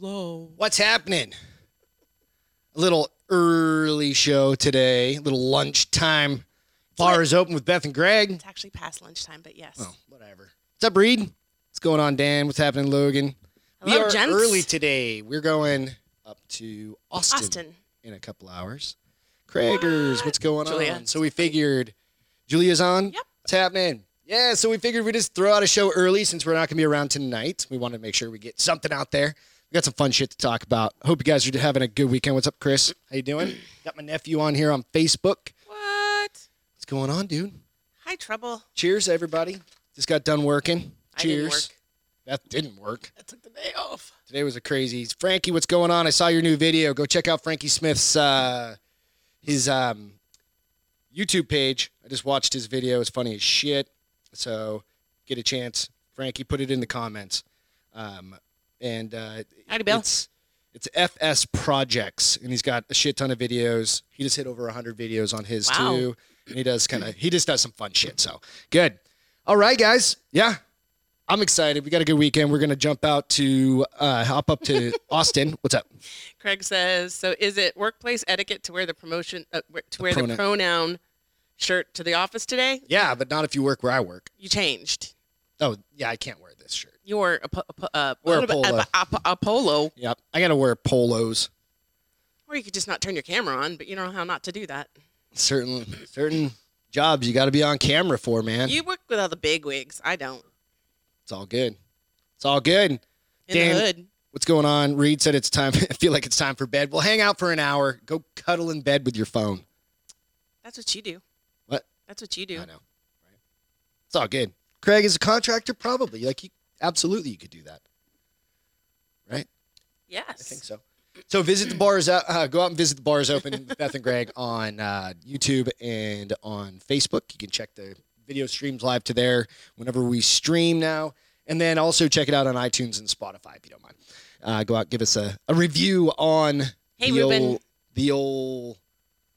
What's happening? A little early show today, a little lunchtime. Bar is open with Beth and Greg. It's actually past lunchtime, but yes. Oh, whatever. What's up, Reed? What's going on, Dan? What's happening, Logan? we Hello, are gents. early today. We're going up to Austin, Austin. in a couple hours. Craigers, what's going Julia. on? So we figured Julia's on. Yep. What's happening? Yeah, so we figured we just throw out a show early since we're not going to be around tonight. We wanted to make sure we get something out there. We got some fun shit to talk about. Hope you guys are having a good weekend. What's up, Chris? How you doing? got my nephew on here on Facebook. What? What's going on, dude? Hi, Trouble. Cheers, everybody. Just got done working. I Cheers. didn't work. That didn't work. I took the day off. Today was a crazy. Frankie, what's going on? I saw your new video. Go check out Frankie Smith's uh, his um, YouTube page. I just watched his video. It's funny as shit. So get a chance, Frankie. Put it in the comments. Um, and uh, Howdy, Bill. It's, it's FS Projects, and he's got a shit ton of videos. He just hit over hundred videos on his Wow. too, and he does kind of he just does some fun shit. So good. All right, guys. Yeah, I'm excited. We got a good weekend. We're gonna jump out to uh, hop up to Austin. What's up? Craig says, so is it workplace etiquette to wear the promotion, uh, wear- to wear pronoun. the pronoun shirt to the office today? Yeah, but not if you work where I work. You changed. Oh yeah, I can't wear this shirt. Your apo- apo- uh, Wear a what about- polo. ap- ap- Apollo, Yep, I gotta wear polos. or you could just not turn your camera on, but you know how not to do that. Certain certain jobs you got to be on camera for, man. You work with all the big wigs. I don't. It's all good. It's all good. In Dan- the hood. What's going on? Reed said it's time. I feel like it's time for bed. Well, hang out for an hour. Go cuddle in bed with your phone. That's what you do. What? That's what you do. I know. Right? It's all good. Craig is a contractor, probably. Like, you, absolutely, you could do that. Right? Yes. I think so. So visit the bars. Uh, uh, go out and visit the bars open with Beth and Greg on uh, YouTube and on Facebook. You can check the video streams live to there whenever we stream now, and then also check it out on iTunes and Spotify if you don't mind. Uh, go out, give us a, a review on Hey, the Ruben. old the old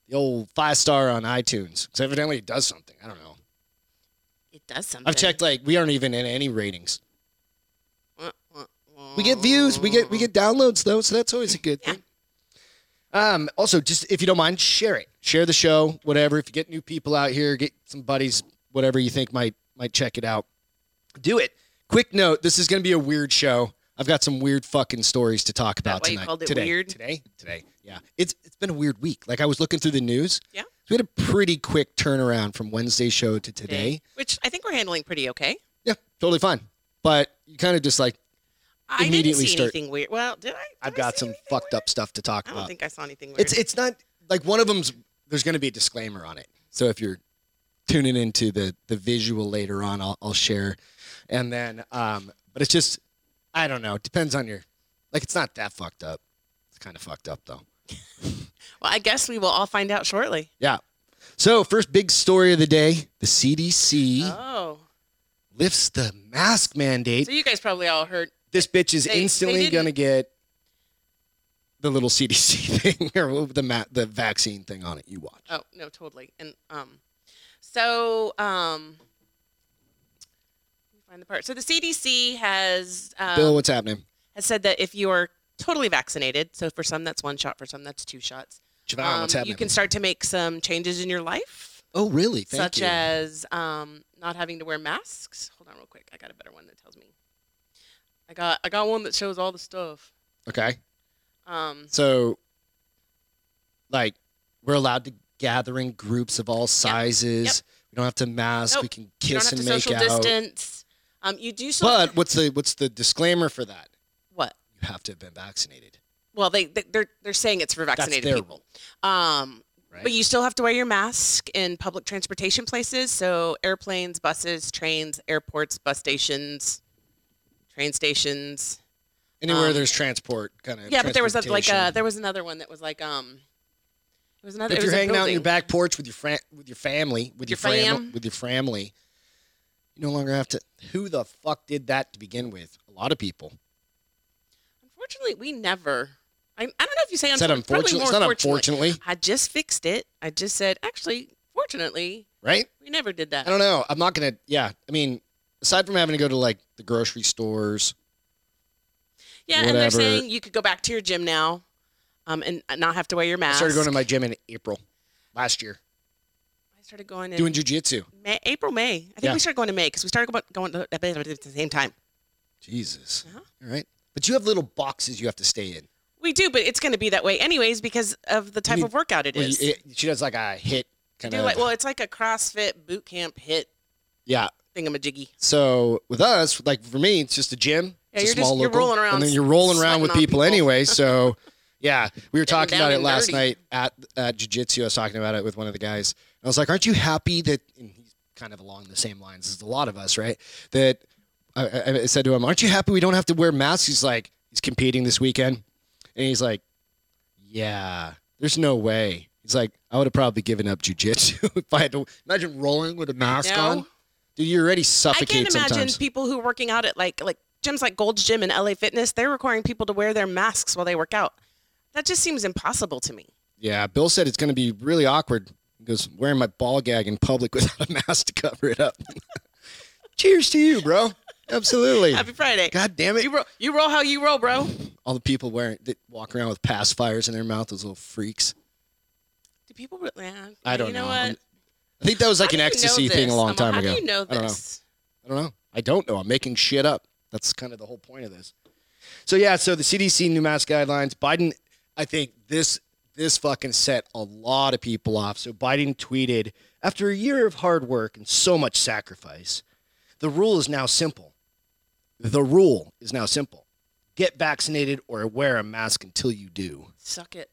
the old five star on iTunes. Because evidently it does something. I don't know. It does something. I've checked like we aren't even in any ratings. Wah, wah, We get views, we get we wah. get downloads though, so that's always a good Yeah. thing. Um, also, just if you don't mind, share it, share the show, whatever. If you get new people out here, get some buddies, whatever you think might might check it out, do it. Quick note: This is going to be a weird show. I've got some weird fucking stories to talk about why you tonight. called it today, weird? today, today. Yeah, it's it's been a weird week. Like I was looking through the news. Yeah. we had a pretty quick turnaround from Wednesday's show to today. today, which I think we're handling pretty okay. Yeah, totally fine. But you kind of just like I Immediately didn't see start- anything weird. Well, did I? Did I've I got see some anything fucked weird? up stuff to talk I don't about. think I saw anything weird. It's it's not like one of them's there's going to be a disclaimer on it. So if you're tuning into the the visual later on, I'll I'll share, and then um, but it's just I don't know. It depends on your like it's not that fucked up. It's kind of fucked up though. well, I guess we will all find out shortly. Yeah. So first big story of the day: the CDC Oh, lifts the mask mandate. so you guys probably all heard. this bitch is They- they instantly didn't- going to get the little CDC thing or the ma- the vaccine thing on it. You watch. Oh no, totally. And um, so um, let me find the part. So the CDC has um, Bill, what's happening? has said that if you are totally vaccinated, so for some that's one shot, for some that's two shots. Javon, what's um, happening? you can start to make some changes in your life. Oh, really? Thank such you. as um, not having to wear masks. Hold on, real quick. I got a better one that tells me. I got I got one that shows all the stuff. okay. Um, So, like, we're allowed to gather in groups of all sizes. We don't have to mask. Nope. We can you don't have kiss to and make social out. distance. Um, you do so. But what's the what's the disclaimer for that? what? You have to have been vaccinated. Well, they, they they're they're saying it's for vaccinated their people. Um, Right. but you still have to wear your mask in public transportation places, so airplanes, buses, trains, airports, bus stations, train stations. Anywhere um, there's transport, kind of. Yeah, but there was a, like a there was another one that was like um, it was another. If it was you're a hanging out in your building. back porch with your fran- with your family, with your, Your fam- fam. with your family, you no longer have to. Who the fuck did that to begin with? A lot of people. Unfortunately, we never. I, I don't know if you say It's not unfortunately. probably unfortunate. more It's not fortunately. unfortunately, I just fixed it. I just said, actually, fortunately, right? we never did that. I don't know. I'm not gonna. Yeah, I mean, aside from having to go to like the grocery stores, Yeah, and they're Whatever. saying you could go back to your gym now, um, and not have to wear your I mask. started going to my gym in April last year, I started going in doing jujitsu. May, April, May. I think Yeah. we started going to May because we started go- going to at the same time. Jesus. Uh-huh. All right. But you have little boxes you have to stay in. We do, but it's going to be that way anyways because of the type mean- of workout it Well, is. you- it- she does like a hit You kind do of. like well, it's like a CrossFit boot camp hit yeah. thingamajiggy. So with us, like for me, it's just a gym. Yeah, it's you're a small just- you're local, rolling around and then you're rolling around slapping with on people, people. anyway. So, yeah, we were Getting talking down about it and last dirty. night at at jujitsu. I was talking about it with one of the guys. I was like, "Aren't you happy that?" And he's kind of along the same lines as a lot of us, right? That I, I- I said to him, "Aren't you happy we don't have to wear masks?" He's like, "He's competing this weekend," and he's like, "Yeah, there's no way." He's like, "I would have probably given up jujitsu if I had to imagine rolling with a mask No. on." Dude, you already I suffocate can't imagine sometimes. people who are working out at like like gyms like Gold's Gym and LA Fitness. They're requiring people to wear their masks while they work out. That just seems impossible to me. Yeah, Bill said it's going to be really awkward. He goes, wearing my ball gag in public without a mask to cover it up. Cheers to you, bro. Absolutely. Happy Friday. God damn it. You roll, you roll how you roll, bro. Do All the people wearing that walk around with pacifiers in their mouth, those little freaks. people? Re- yeah, I don't you know. know. What? I'm- I think that was like How an do you know ecstasy thing a this? long Amal? time how ago. do you know I don't know. this? I don't know. I don't know. I'm making shit up. That's kind of the whole point of this. So yeah, so the CDC new mask guidelines. Biden, I think this this fucking set a lot of people off. So Biden tweeted, after a year of hard work and so much sacrifice, the rule is now simple. The rule is now simple. Get vaccinated or wear a mask until you do. Suck it.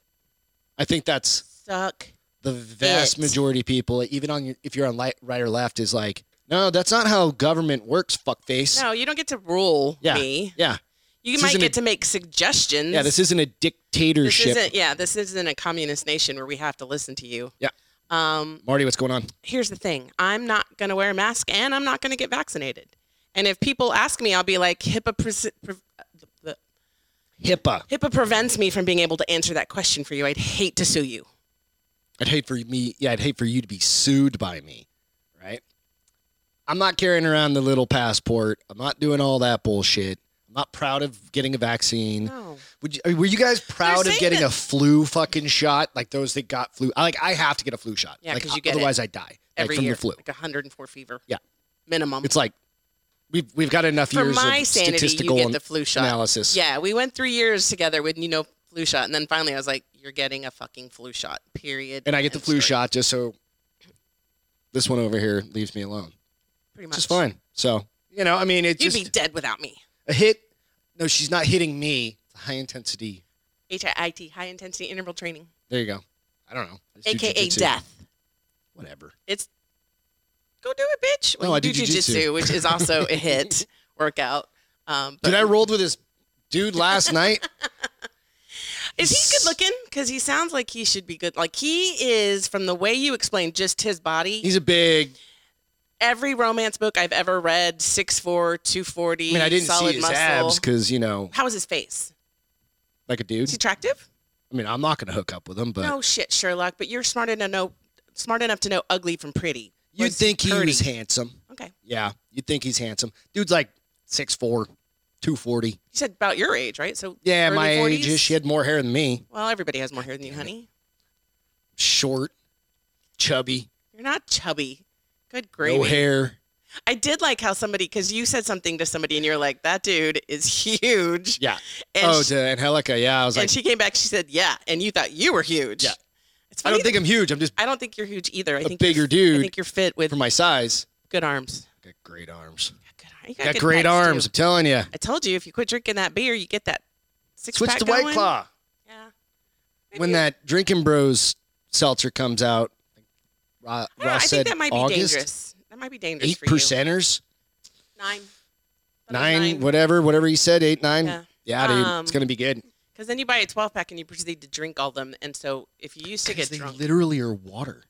I think that's Suck. the vast It. majority of people, even on your, if you're on light, right or left, is like, no, that's not how government works, fuckface. No, you don't get to rule Yeah. me. Yeah. You This might isn't get a- to make suggestions. Yeah, this isn't a This dictatorship. isn't. Yeah, this isn't a communist nation where we have to listen to you. Yeah. Um. Marty, what's going on? Here's the thing. I'm not going to wear a mask, and I'm not going to get vaccinated. And if people ask me, I'll be like, HIPAA. Pre- pre- uh, HIPAA. HIPAA prevents me from being able to answer that question for you. I'd hate to sue you. I'd hate for me. Yeah, I'd hate for you to be sued by me, right? I'm not carrying around the little passport. I'm not doing all that bullshit. I'm not proud of getting a vaccine. No. Would you, I mean, were you guys proud of saying getting that- a flu fucking shot? Like those that got flu. I like I have to get a flu shot. Yeah, Like, 'cause you get it otherwise I die Every like, from year, the flu. like 104 fever. Yeah. Minimum. It's like we've we've got enough for years my of sanity, you statistical get the flu shot. analysis. Yeah, we went three years together with you know flu shot, and then finally I was like, "You're getting a fucking flu shot." Period. and I get the End flu story. shot just so this one over here leaves me alone. Pretty much. Which is fine. So you know, I mean, it's You'd just be dead without me. a hit. No, she's not hitting me. It's high intensity. HIIT, high intensity interval training, There you go. I don't know. I just do aka jujitsu. death. Whatever. Go do it, bitch. No, you I do jujitsu. jujitsu, which is also a hit workout. Um, but Dude, I rolled with this dude last night. is he good looking? Because he sounds like he should be good. Like he is from the way you explained, just his body. He's a big. Every romance book I've ever read, 6'4", 240, I mean, I didn't see solid his muscle. abs because you know, How is his face? like a Is dude. he attractive? I mean, I'm not gonna hook up with him, but no shit, Sherlock. But you're smart enough to know smart enough to know ugly from pretty. you'd Was think he pretty. was handsome. Okay, you Yeah, you'd think he's handsome. Dude's like 6'4", 240. said about your age, right? So Yeah, early my 40s? age is. She had more hair than me. Well, everybody has more hair than you, honey. Short, chubby, You're not chubby. Good no gravy. hair. I did like how somebody because you said something to somebody and you're like, that dude is huge. Yeah. And, oh, she, to Angelica. Yeah, I was and like, she came back. She said, yeah, and you thought you were huge. Yeah. It's I funny. don't think I'm huge. I'm just I don't think you're huge either. I a think you're- bigger I dude think you're fit with for my size. good arms. Got great arms. Good arms. You Got good great pecs, too. arms. I'm telling you. I told you if you quit drinking that beer, you get that six Switch pack to White going. Claw Yeah. when Maybe- that Drinking Bros seltzer comes out. Ra, I, Ra don't know, I said think that might be August. dangerous. That might be dangerous Eight for you. percenters, Nine. Thought it was nine, whatever, whatever he said, eight, nine. Yeah, Yeah. dude, Um, it's gonna be good. Because then you buy a 12 pack and you proceed to drink all them. And so if you used to 'Cause get they drunk, literally are water.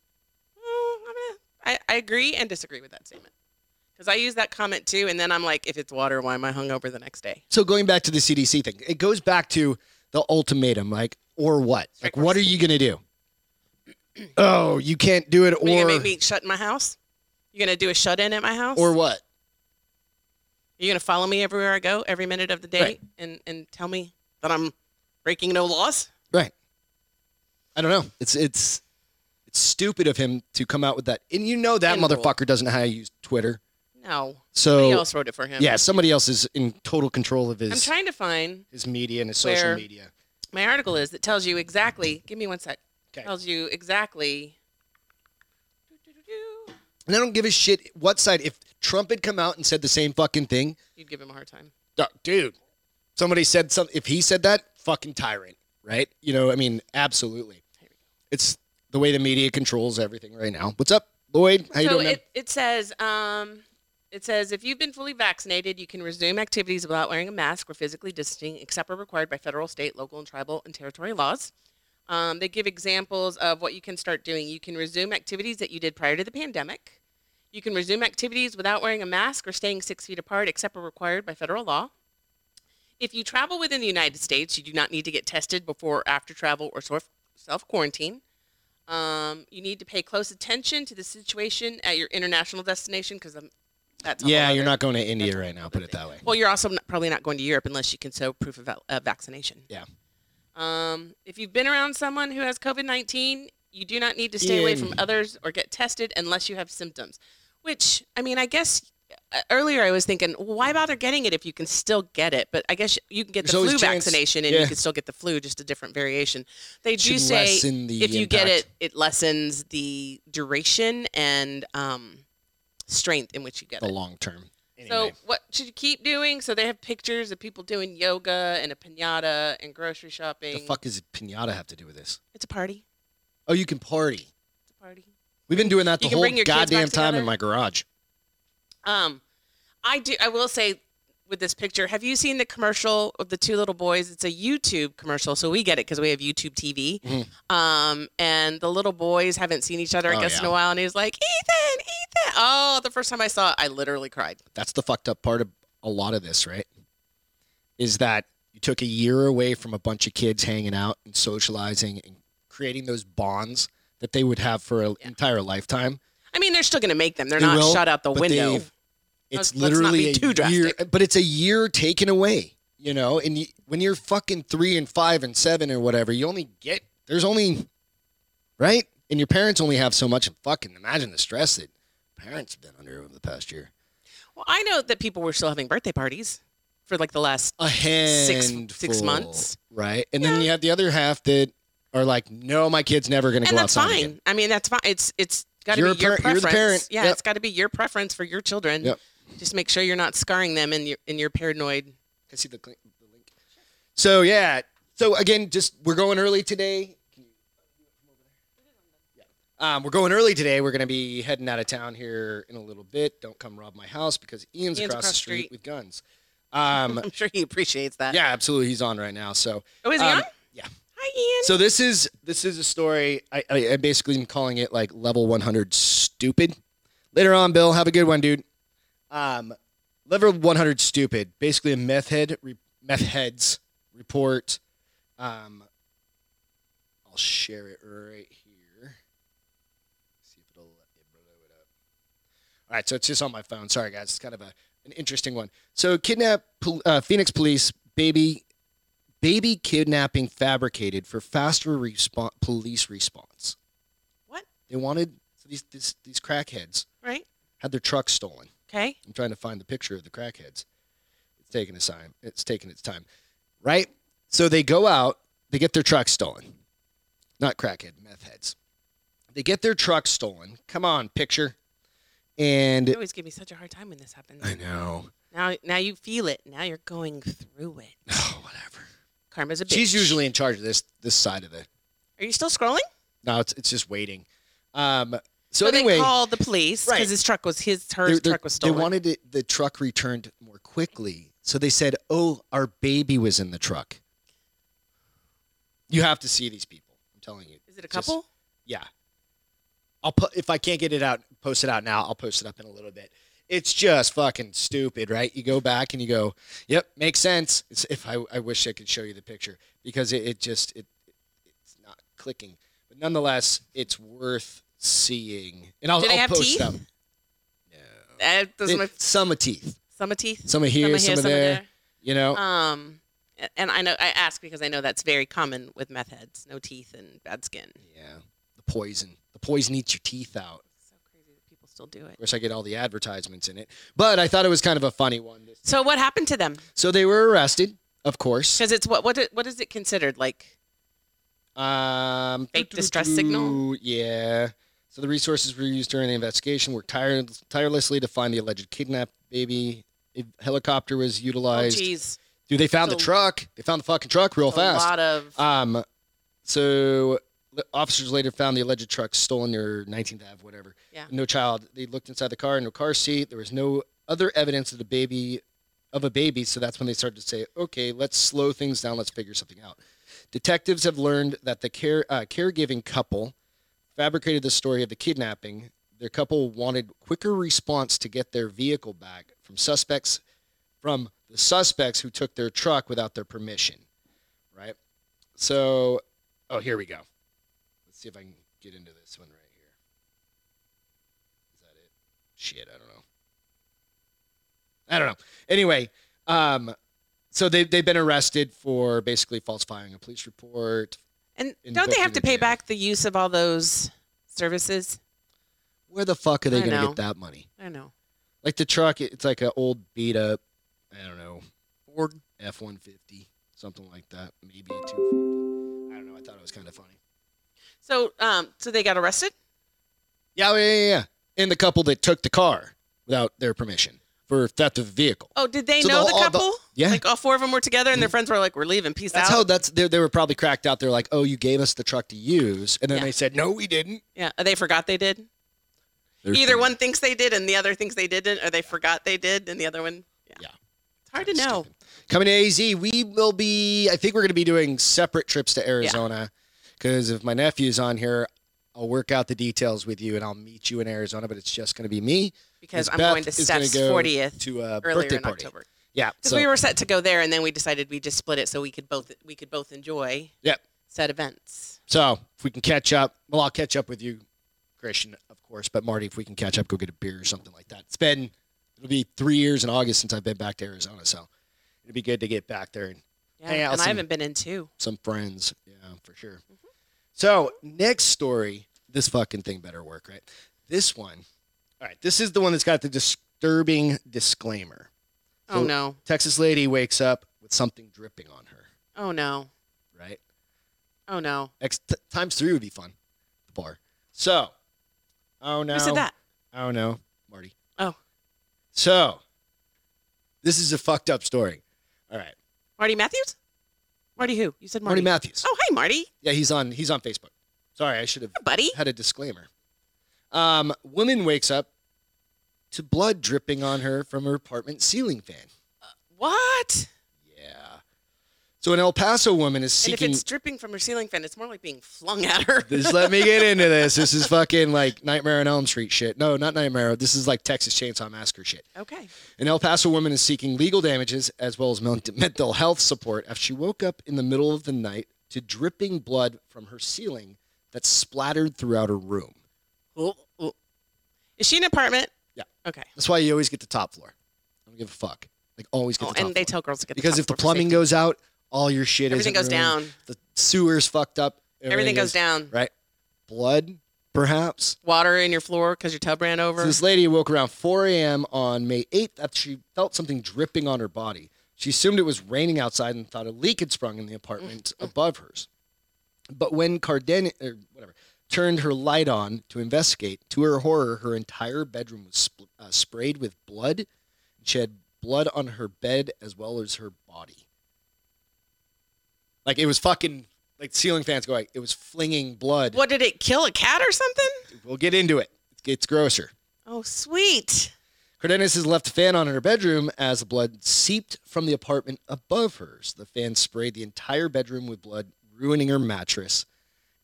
Mm, I'm gonna- I, I agree and disagree with that statement. Because I use that comment too, and then I'm like, if it's water, why am I hungover the next day? So going back to the CDC thing, it goes back to the ultimatum, like or what? Like Straight what are you gonna do? Oh, you can't do it, Are you gonna or make me shut in my house? You gonna do a shut in at my house? or what? you gonna follow me everywhere I go, every minute of the day, Right. and and tell me that I'm breaking no laws? Right. I don't know. It's it's it's stupid of him to come out with that. And you know that And rule. motherfucker doesn't know how to use Twitter. No. Somebody So else wrote it for him. yeah, somebody else is in total control of I'm his trying to find his media and his social where- media. my article is that tells you exactly. Give me one sec. 'Kay. Tells you exactly. Doo-doo-doo-doo. And I don't give a shit what side. If Trump had come out and said the same fucking thing, You'd give him a hard time. uh, dude, somebody said something. If he said that, fucking tyrant, right? You know, I mean, absolutely. It's the way the media controls everything right now. What's up, Lloyd? How you so doing? man? it, it says um, it says if you've been fully vaccinated, you can resume activities without wearing a mask or physically distancing, except where required by federal, state, local, and tribal and territory laws. Um, they give examples of what you can start doing. You can resume activities that you did prior to the pandemic. You can resume activities without wearing a mask or staying six feet apart, except where required by federal law. If you travel within the United States, you do not need to get tested before or after travel or self quarantine. Um, you need to pay close attention to the situation at your international destination because I'm. That's a yeah, whole you're other- not going to India that's a right whole now. other Put it thing. that way. Well, you're also not, probably not going to Europe unless you can show proof of uh, vaccination. Yeah. Um, if you've been around someone who has COVID 19, you do not need to stay away from Yeah. others or get tested unless you have symptoms. Which, I mean, I guess uh, earlier I was thinking, why bother getting it if you can still get it? But I guess you can get the There's always flu chance. vaccination and Yeah. you can still get the flu, just a different variation. They do Should say lessen the if you get it, impact. it lessens the duration and um, strength in which you get The it. long term. So Anyway. what should you keep doing? So they have pictures of people doing yoga and a pinata and grocery shopping. the fuck does pinata have to do with this? It's a party. Oh, you can party. It's a party. We've been doing that the You can whole bring your kids back goddamn time together? in my garage. Um, I do. I will say with this picture, have you seen the commercial of the two little boys? It's a YouTube commercial, so we get it because we have YouTube TV. Um, and the little boys haven't seen each other, I Mm-hmm. Oh, guess, in yeah. a while, and he was like, "Ethan, Ethan!" Oh, the first time I saw it, I literally cried. That's the fucked up part of a lot of this, right? Is that you took a year away from a bunch of kids hanging out and socializing and creating those bonds that they would have for an entire lifetime. I mean, they're still going to make them. They're They not will, shut out the but window. they've- It's Let's- let's not literally be too a year, drastic. but it's a year taken away, you know. And you, when you're fucking three and five and seven or whatever, you only get there's only right, and your parents only have so much. And fucking imagine the stress that parents have been under over the past year. Well, I know that people were still having birthday parties for like the last A six handful, months. right? And then you have the other half that are like, no, my kid's never gonna and go that's outside. fine. again. I mean, that's fine. It's it's got to You're be a your par- you're preference. the parent. Yeah, Yep. it's got to be your preference for your children. Yep. Just make sure you're not scarring them in your in your paranoid. Can I see the, clink- the link? So yeah. So again, just we're going early today. Can you come over there? Yeah. Um, we're going early today. We're going to be heading out of town here in a little bit. Don't come rob my house because Ian's, across, the street, with guns. Um, I'm sure he appreciates that. yeah, absolutely. He's on right now. So Oh, is he um, on? yeah. Hi, Ian. So this is this is a story. I, I, I basically am calling it like level 100 stupid. Later on, Bill, have a good one, dude. Um, level 100 stupid. Basically, a meth head re, meth heads report. Um, I'll share it right here. See if it'll let me blow it up. All right, so it's just on my phone. Sorry, guys. It's kind of a an interesting one. So, kidnap pol- uh, Phoenix police baby baby kidnapping fabricated for faster respo- police response. What? They wanted so these, these these crackheads Right. had their trucks stolen. Okay. I'm trying to find the picture of the crackheads. It's taking its time. It's taking its time, right? So they go out. They get their trucks stolen. Not crackhead, meth heads. They get their trucks stolen. Come on, picture. You And always give me such a hard time when this happens. I know. Now, now you feel it. Now you're going through it. Oh, whatever. Karma's a bitch. She's usually in charge of this this side of the. Are you still scrolling? No, it's it's just waiting. Um. so So, anyway, they called the police because Right. his truck was his her They're- they're- truck was stolen. They wanted it, the truck returned more quickly, so they said, "Oh, our baby was in the truck." You have to see these people. I'm telling you. is it a Just- couple? yeah. I'll put if I can't get it out, post it out now. I'll post it up in a little bit. It's just fucking stupid, right? You go back and you go, "Yep, makes sense." It's, if I, I wish I could show you the picture because it, it just it it's not clicking. But nonetheless, it's worth seeing. And I'll, Do they I'll have post teeth? them. No. That doesn't It- make some are teeth. Some of teeth. Some are here, are some are, here, some there. are You know, there. Um, a- and I know I ask because I know that's very common with meth heads: no teeth and bad skin. yeah, the poison. The poison eats your teeth out. It's so crazy that people still do Of it. course, I get all the advertisements in it, but I thought it was kind of a funny one. So what happened to them? So they were arrested, of course. Because it's what what i- what is it considered like? Um, Fake doo-doo-doo-doo, distress signal? Yeah. So the resources were used during the investigation were tire- tirelessly to find the alleged kidnapped baby. A helicopter was Oh, utilized. geez, Dude, they found the So- truck. They found the fucking truck real a fast. lot of Um, so the officers later found the alleged truck stolen near 19th Ave, whatever. Yeah. No child. They looked inside the car, no car seat. There was no other evidence of the baby, of a baby. So that's when they started to say, okay, let's slow things down. Let's figure something out. Detectives have learned that the care uh, caregiving couple fabricated the story of the kidnapping. Their couple wanted quicker response to get their vehicle back from suspects, from the suspects who took their truck without their permission, right? So, oh, here we go. Let's see if I can get into this one right here. Is that it? Shit, I don't know. I don't know. Anyway, um, so they they've been arrested for basically falsifying a police report. and in don't they have to Brooklyn, pay yeah. back the use of all those services? Where the fuck are they I going to know. get that money? I don't know. Like the truck, it's like an old beat up, I don't know, Or F one fifty, something like that, maybe a two fifty. I don't know. I thought it was kind of funny. so um so they got arrested. Yeah, yeah, yeah, yeah. And the couple that took the car without their permission for theft of vehicle. Oh, did they So the know the, whole- all the- couple? yeah. Like all four of them were together and their friends were like, we're leaving. Peace That's out. how that's they, they were probably cracked out. They're like, "Oh, you gave us the truck to use," and then Yeah. they said, "No, we didn't." yeah. They forgot they did. They're Either funny. one thinks they did and the other thinks they didn't, or they forgot they did and the other one. Yeah. Yeah. It's hard to know. Coming to AZ, we will be. I think we're going to be doing separate trips to Arizona because if my nephew's on here, I'll work out the details with you and I'll meet you in Arizona. But it's just going to be me Because Miss I'm Beth going to is gonna Steph's go 40th to a earlier birthday in party. October. Yeah, Because so we were set to go there and then we decided we just split it so we could both we could both enjoy Yep. said events. so if we can catch up, well, I'll catch up with you, Christian, of course. But Marty, if we can catch up, go get a beer or something like that. It's been it'll be three years in August since I've been back to Arizona, so it'd be good to get back there and Yeah. Hey, and Allison. I haven't been in two. some friends. Yeah, for sure. Mm-hmm. So next story, this fucking thing better work, right? This one, all right. This is the one that's got the disturbing disclaimer. Oh So- no. Texas lady wakes up with something dripping on her. Oh no. Right. Oh no. X t- times three would be fun. The bar. So, oh no. Who said that? Oh no, Marty. Oh. So, this is a fucked up story. All right, Marty Matthews? Marty who? You said Marty, Marty. Matthews. oh hi Marty. Yeah, he's on. He's on Facebook. Sorry, I should have Hi, buddy. had a disclaimer. Um, woman wakes up to blood dripping on her from her apartment ceiling fan. What? Yeah. So an El Paso woman is And if seeking. it's dripping from her ceiling fan, it's more like being flung at her. Just let me get into this. This is fucking like Nightmare on Elm Street shit. No, not Nightmare. This is like Texas Chainsaw Massacre shit. okay. An El Paso woman is seeking legal damages as well as men- mental health support after she woke up in the middle of the night to dripping blood from her ceiling that splattered throughout her room. Ooh, ooh. Is she in an apartment? Oh, Yeah. Okay. That's why you always get the top floor. I don't give a fuck. Like always get Oh, the top and they floor. tell girls to get because the top if the floor for plumbing safety. goes out, all your shit everything isn't goes ruined. down. The sewer's fucked up. Everything goes is- down. Right. Blood, perhaps. Water in your floor because your tub ran over. So this lady woke around 4 a.m. on May 8th after she felt something dripping on her body. She assumed it was raining outside and thought a leak had sprung in the apartment above hers. But when Carden or whatever turned her light on to investigate, to her horror, her entire bedroom was sp- uh, sprayed with blood. She had blood on her bed as well as her body. Like it was fucking like ceiling fans going. It was flinging blood. what did it kill? A cat or something? We'll get into it. It gets grosser. Oh, sweet. Cardenas has left a fan on in her bedroom as the blood seeped from the apartment above hers. The fan sprayed the entire bedroom with blood, ruining her mattress,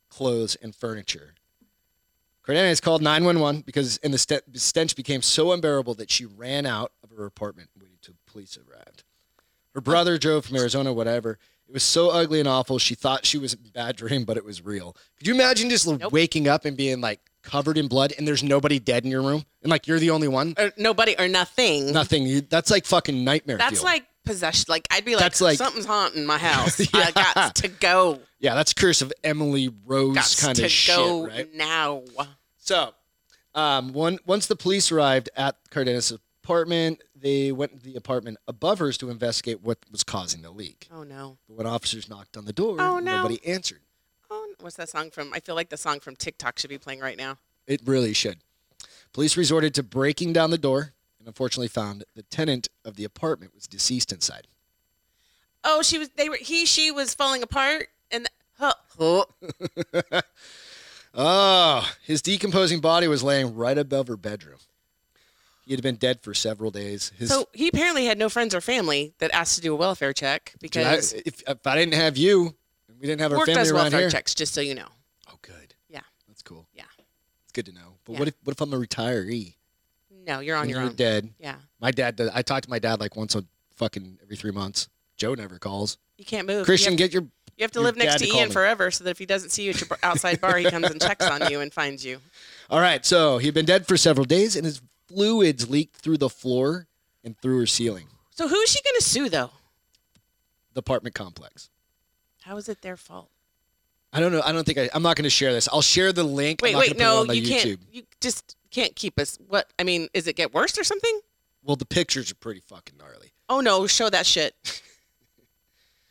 clothes, and furniture. Cardenas called 911 because and the st- stench became so unbearable that she ran out of her apartment and waited till police arrived. Her brother drove from Arizona, whatever. It was so ugly and awful. She thought she was in a bad dream, but it was real. Could you imagine just Nope. waking up and being like, covered in blood and there's nobody dead in your room and like you're the only one, Or nobody or nothing. nothing. You, that's like fucking nightmare. That's fuel. like possession. Like I'd be like, That's like- something's haunting my house. I got to go. yeah, that's curse of Emily Got Rose kind to of shit, go right? now. So, um, one, once the police arrived at Cardenas' apartment, they went to the apartment above hers to investigate what was causing the leak. Oh no. But when officers knocked on the door, Oh, no. nobody answered. Oh, n- what's that song from? I feel like the song from TikTok should be playing right now. It really should. Police resorted to breaking down the door and unfortunately found the tenant of the apartment was deceased inside. Oh, she was. They were. He, she was falling apart, and huh, huh. Oh, his decomposing body was laying right above her bedroom. He had been dead for several days. His, so he apparently had no friends or family that asked to do a welfare check Dude, I- because if, if I didn't have you, and we didn't have our work family does around welfare here. checks. Just so you know. Oh, good. Yeah. That's cool. Yeah. It's good to know. But Yeah. what if what if I'm a retiree? No, you're on When your you're own. dead. Yeah, My dad. Does, I talk to my dad like once a fucking every three months. Joe never calls. you can't move. you Christian, have, get your you have to your live dad next to to call Ian me. forever, so that if he doesn't see you at your bar- outside bar, he comes and checks on you and finds you. All right, so he'd been dead for several days, and his fluids leaked through the floor and through her ceiling. So who is she going to sue though? The apartment complex. How is it their fault? I don't know. I don't think I, I'm not going to share this. I'll share the link. I'm Wait, not wait, gonna put it no, on the you YouTube. can't. You just can't keep us. What I mean is, it get worse or something? Well, the pictures are pretty fucking gnarly. Oh no, show that shit.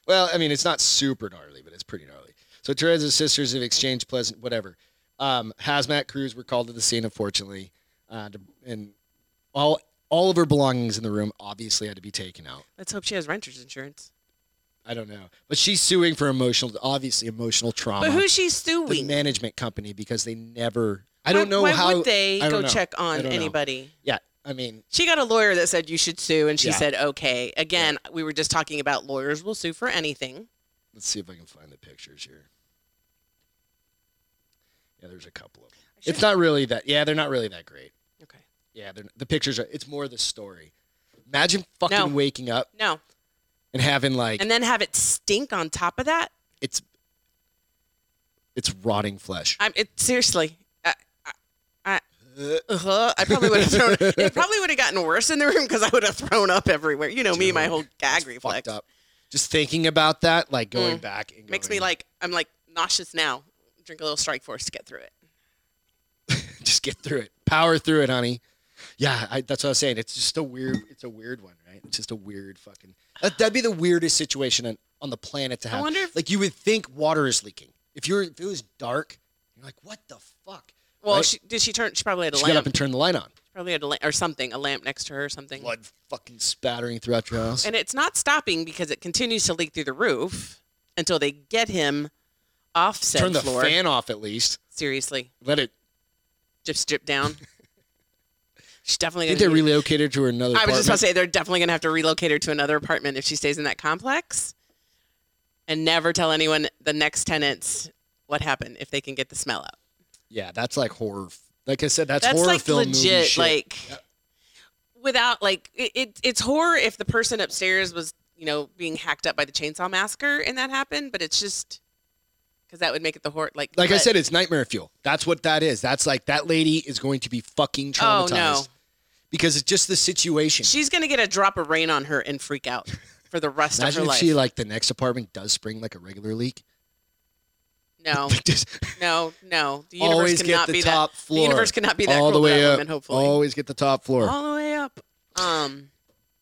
Well, I mean, it's not super gnarly, but it's pretty gnarly. So Teresa's sisters have exchanged pleasant, whatever. Um, hazmat crews were called to the scene, unfortunately, uh, to, and all all of her belongings in the room obviously had to be taken out. Let's hope she has renter's insurance. I don't know, but she's suing for emotional, obviously emotional trauma. But who's she Uh-huh. the suing? management company because they never. I Why- don't know why how. would they I go don't know. check I on don't know. anybody? Yeah, I mean, She got a lawyer that said you should sue, and she Yeah. said okay. Again, we were just talking about lawyers will sue for anything. let's see if I can find the pictures here. Yeah, there's a couple of them. I It's should- not really that. Yeah, they're not really that great. okay. Yeah, they're, the pictures are. It's more the story. Imagine fucking No. waking up No, and having like and then have it stink on top of that. it's it's rotting flesh. I'm it seriously. I, I, I, uh, I probably would have thrown. it probably would have gotten worse in the room because I would have thrown up everywhere. You know me, my Dude, whole gag It's reflex Fucked up. Just thinking about that, like going Mm. back, and makes going- me like I'm like nauseous now. Drink a little Strike Force to get through it. just get through it. Power through it, honey. Yeah, I, that's what I was saying. It's just a weird. It's a weird one, right? It's just a weird fucking. That, that'd be the weirdest situation on, on the planet to have. wonder if- like you would think water is leaking. If you're if it was dark, you're like, what the fuck? Well, Right? she, did she turn? She probably had a She got lamp. up and turned the light on. probably had a lamp or something, a lamp next to her or something. Blood fucking spattering throughout your house. And it's not stopping because it continues to leak through the roof until they get him off said Turn the floor. fan off at least. Seriously, Let it. just strip down. She's I definitely think gonna. they need- relocated to another. I was just about to apartment. say they're definitely gonna have to relocate her to another apartment if she stays in that complex, and never tell anyone the next tenants what happened if they can get the smell out. Yeah, that's like horror. f- Like I said, that's, That's horror like film movie legit, shit. like Yep. without like it, it. It's horror if the person upstairs was you know being hacked up by the chainsaw massacre and that happened, but it's just because that would make it the horror. Like Like I but- said, it's nightmare fuel. That's what that is. That's like that lady is going to be fucking Oh, traumatized. no. Because it's just the situation. she's gonna get a drop of rain on her and freak out for the rest of her Imagine if life. she like the next apartment does spring like a regular leak. no, Like, just no, no. The universe always cannot get the be top that. floor. The universe cannot be that cruel all the to way that up. woman. Hopefully, Always get the top floor. all the way up. Um,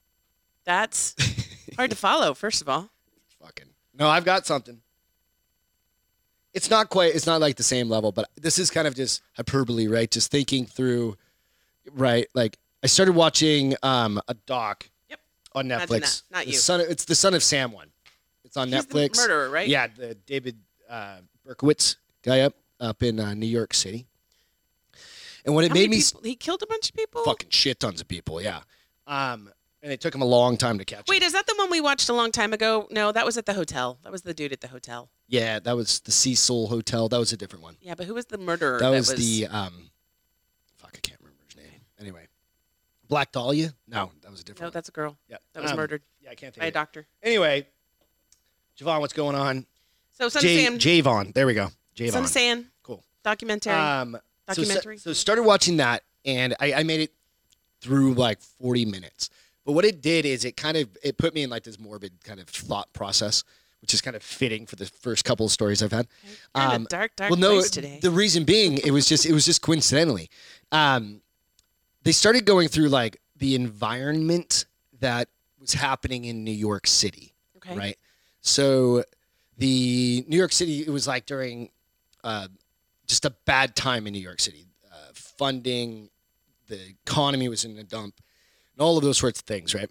that's hard to follow. First of all, Fucking. No, I've got something. It's not quite. It's not like the same level, but this is kind of just hyperbole, right? Just thinking through, right? Like I started watching um, a doc. Yep. On Imagine Netflix. that. Not The you. son of- it's the son of Sam one. It's on He's Netflix. the murderer, right? Yeah, the David uh, Berkowitz guy up up in uh, New York City. And what it How made many me people- he killed a bunch of people. fucking shit tons of people. Yeah. Um, and it took him a long time to catch. Wait, him. is that the one we watched a long time ago? No, that was at the hotel. That was the dude at the hotel. Yeah, that was the Cecil Hotel. That was a different one. Yeah, but who was the murderer? That was, the um, fuck, I can't remember his name. Anyway, Black Dahlia. No, that was a No, different. one. that's a girl. Yeah, That was um, murdered Yeah, I can't think. by a Of it. doctor. Anyway, Javon, what's going on? So Son of J- Sam, Javon. There we go. Son of Javon. Sam, Cool. documentary, Um, So, sta- documentary. so started watching that, and I, I made it through like 40 minutes. But what it did is it kind of it put me in like this morbid kind of thought process, which is kind of fitting for the first couple of stories I've had. Kinda um, dark, dark well, no, place today. the reason being it was just it was just coincidentally, um, they started going through like the environment that was happening in New York City okay. right? So the New York City, it was like during uh, just a bad time in New York City. Uh, funding, the economy was in a dump, and all of those sorts of things, right?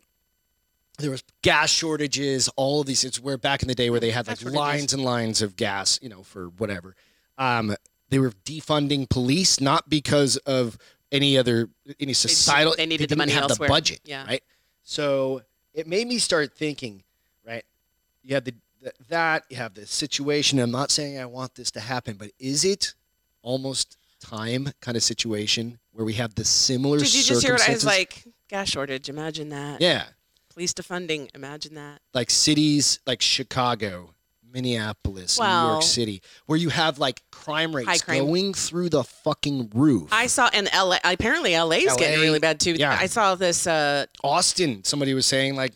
There was gas shortages, all of these. It's where back in the day where they had Gas like shortages. lines and lines of gas, you know, for whatever. Um, they were defunding police not because of any other any societal. they needed the they didn't money have elsewhere. the budget, Yeah. right? So it made me start thinking, right? You have the, the that you have the situation. I'm not saying I want this to happen, but is it almost time kind of situation where we have the similar Did you just hear what I was circumstances? like? Gas shortage. Imagine that. yeah, Police defunding. Imagine that. like cities like Chicago, Minneapolis, New Well- York City, where you have like crime High rates crime. going through the fucking roof. I saw in LA. Apparently, LA's is getting LA, really bad too. yeah. I saw this uh, because Austin, somebody was saying like,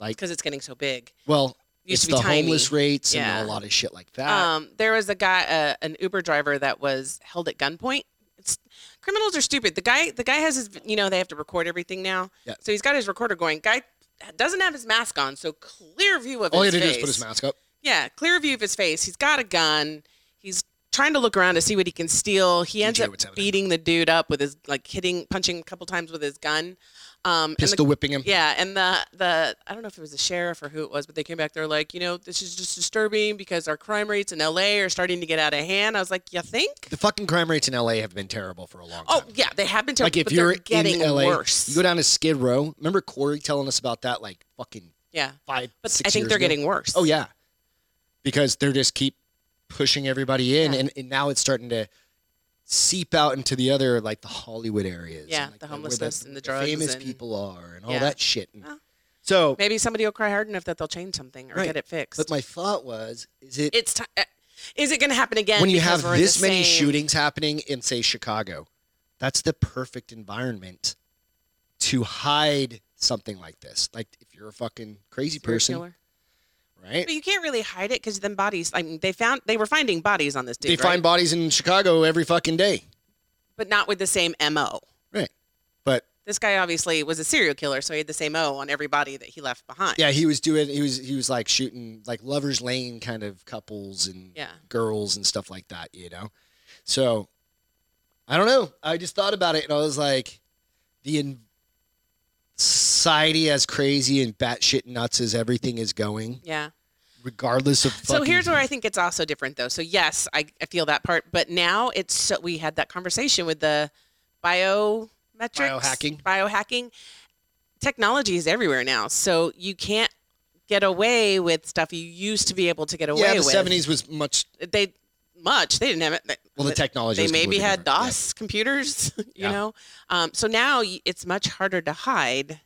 like it's getting so big. well, Used it's to be the tiny. homeless rates Yeah. and a lot of shit like that. Um, there was a guy, uh, an Uber driver, that was held at gunpoint. It's, criminals are stupid. The guy, the guy has his, you know, they have to record everything now. Yeah. So he's got his recorder going. Guy doesn't have his mask on, so clear view of all he his had to do face. is put his mask up. Yeah, clear view of his face. He's got a gun. He's trying to look around to see what he can steal. He ends DJ up would have that. beating the dude up with his like hitting, punching him a couple times with his gun. Um, and the- pistol whipping him. yeah, and the the I don't know if it was the sheriff or who it was, but they came back. They're like, you know, this is just disturbing because our crime rates in L.A. are starting to get out of hand. I was like, you think? The fucking crime rates in LA have been terrible for a long Oh time. yeah, they have been terrible. like if but you're they're getting in LA, worse. you go down to Skid Row. Remember Corey telling us about that like fucking yeah, five, but six I think years they're ago? getting worse. Oh yeah, because they're just keep pushing everybody in, Yeah. and, and now it's starting to seep out into the other like the Hollywood areas. Yeah, and, like, the where homelessness and the drugs famous and- people are, and all Yeah. that shit. And Well, so, Maybe somebody will cry hard enough that they'll change something or Right. get it fixed. but my thought was, is it it's ti uh, is it going to happen again? when you because have we're in the this many same- shootings happening in say chicago that's the perfect environment to hide something like this like if you're a fucking crazy Serial person killer. right But you can't really hide it because then bodies. I mean, they found they were finding bodies on this dude, they right? find bodies in chicago every fucking day but not with the same mo. right but This guy obviously was a serial killer, so he had the same O on every body that he left behind. yeah he was doing he was he was like shooting like lovers lane kind of couples and Yeah. girls and stuff like that you know so i don't know i just thought about it and i was like the in- society as crazy and batshit nuts as everything is going Yeah. regardless of So fucking- here's where I think it's also different, though. So yes, I, I feel that part, but now it's so, we had that conversation with the biometrics, Biohacking. biohacking. Technology is everywhere now, so you can't get away with stuff you used to be able to get away yeah the with. 70s was much They much they didn't have it. well the technology they was maybe completely had different. Yeah. DOS computers, you Yeah. know. Um, so now y- it's much harder to hide.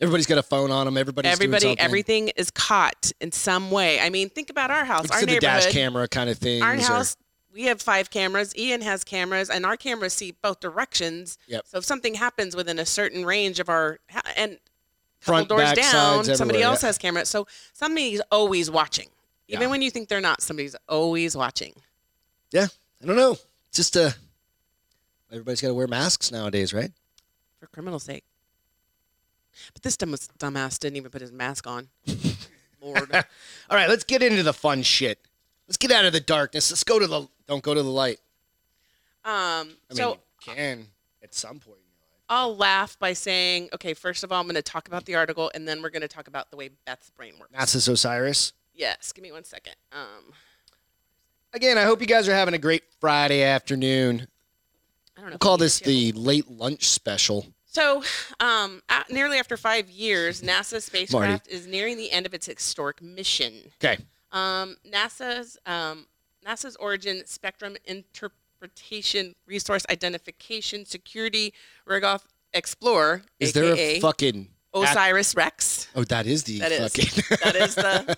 everybody's got a phone on them everybody's doing Everybody, something. everything is caught in some way. I mean, think about our house, It's our in the dash neighborhood, camera kind of thing our house. We have five cameras. Ian has cameras, and our cameras see both directions. Yep. So if something happens within a certain range of our ha- and a couple Front, doors back, down, sides, somebody everywhere, else yeah. has cameras. So somebody's always watching, even Yeah. when you think they're not. Somebody's always watching. i don't know It's just uh everybody's got to wear masks nowadays right for criminal sake. But this dumb, dumbass didn't even put his mask on. Lord. Um, All right, let's get into the fun shit. Let's get out of the darkness. Let's go to the don't go to the light. Um, I mean, so you can at some point in your life. I'll laugh by saying, okay, first of all, I'm going to talk about the article, and then we're going to talk about the way Beth's brain works. Nasus Osiris. yes, give me one second. Um, Again, I hope you guys are having a great Friday afternoon. I don't know. We'll if call we need this to- the late lunch special. So, um, a- nearly after five years, NASA spacecraft is nearing the end of its historic mission. Okay. Um, NASA's um, NASA's Origin Spectrum Interpretation Resource Identification Security Rigoff Explorer, Is there aka a fucking Osiris Rex. Oh, that is the That is. fucking That is the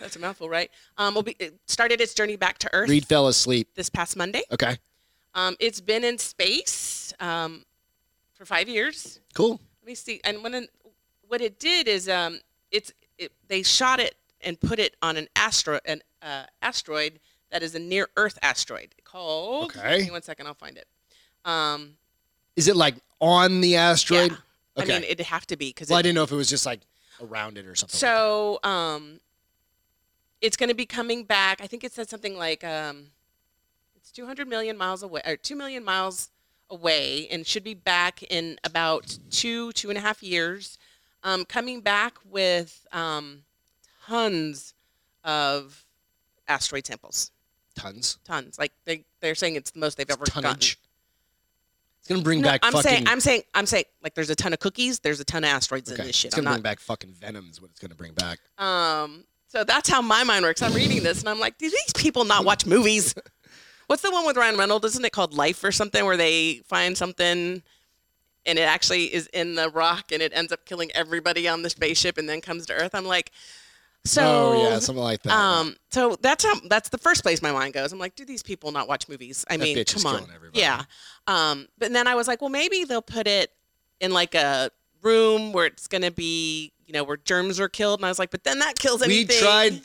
that's a mouthful, right? Um, will be it started its journey back to Earth Reed fell asleep. this past Monday. Okay. Um, it's been in space um, for five years. Cool. Let me see. And when what it did is um, it's it, they shot it and put it on an astro an uh, asteroid that is a near Earth asteroid called. Okay. Give me one second, I'll find it. Um, Is it like on the asteroid? I Okay. mean, it'd have to be because well, I didn't know if it was just like around it or something. like So that. um, it's going to be coming back. I think it said something like um, it's 200 million miles away, or 2 million miles away, and should be back in about two, two and a half years. Um, coming back with um, tons of asteroid samples. tons. Tons. Like they, they're saying it's the most they've ever gotten. Tonnage. It's gonna bring No, back I'm fucking. saying, I'm saying, I'm saying, like there's a ton of cookies, there's a ton of asteroids okay. in this shit. It's I'm gonna not bring back fucking venom. Is what it's gonna bring back. Um, so that's how my mind works. I'm reading this and I'm like, do these people not watch movies? What's the one with Ryan Reynolds? Isn't it called Life or something where they find something and it actually is in the rock and it ends up killing everybody on the spaceship and then comes to Earth? I'm like, so. oh yeah, something like that. um, so that's how that's the first place my mind goes. I'm like, do these people not watch movies? I That mean, bitch is come on, killing everybody. yeah. Um, but then I was like, well, maybe they'll put it in like a room where it's gonna be, you know, where germs are killed. And I was like, but then that kills we anything. tried.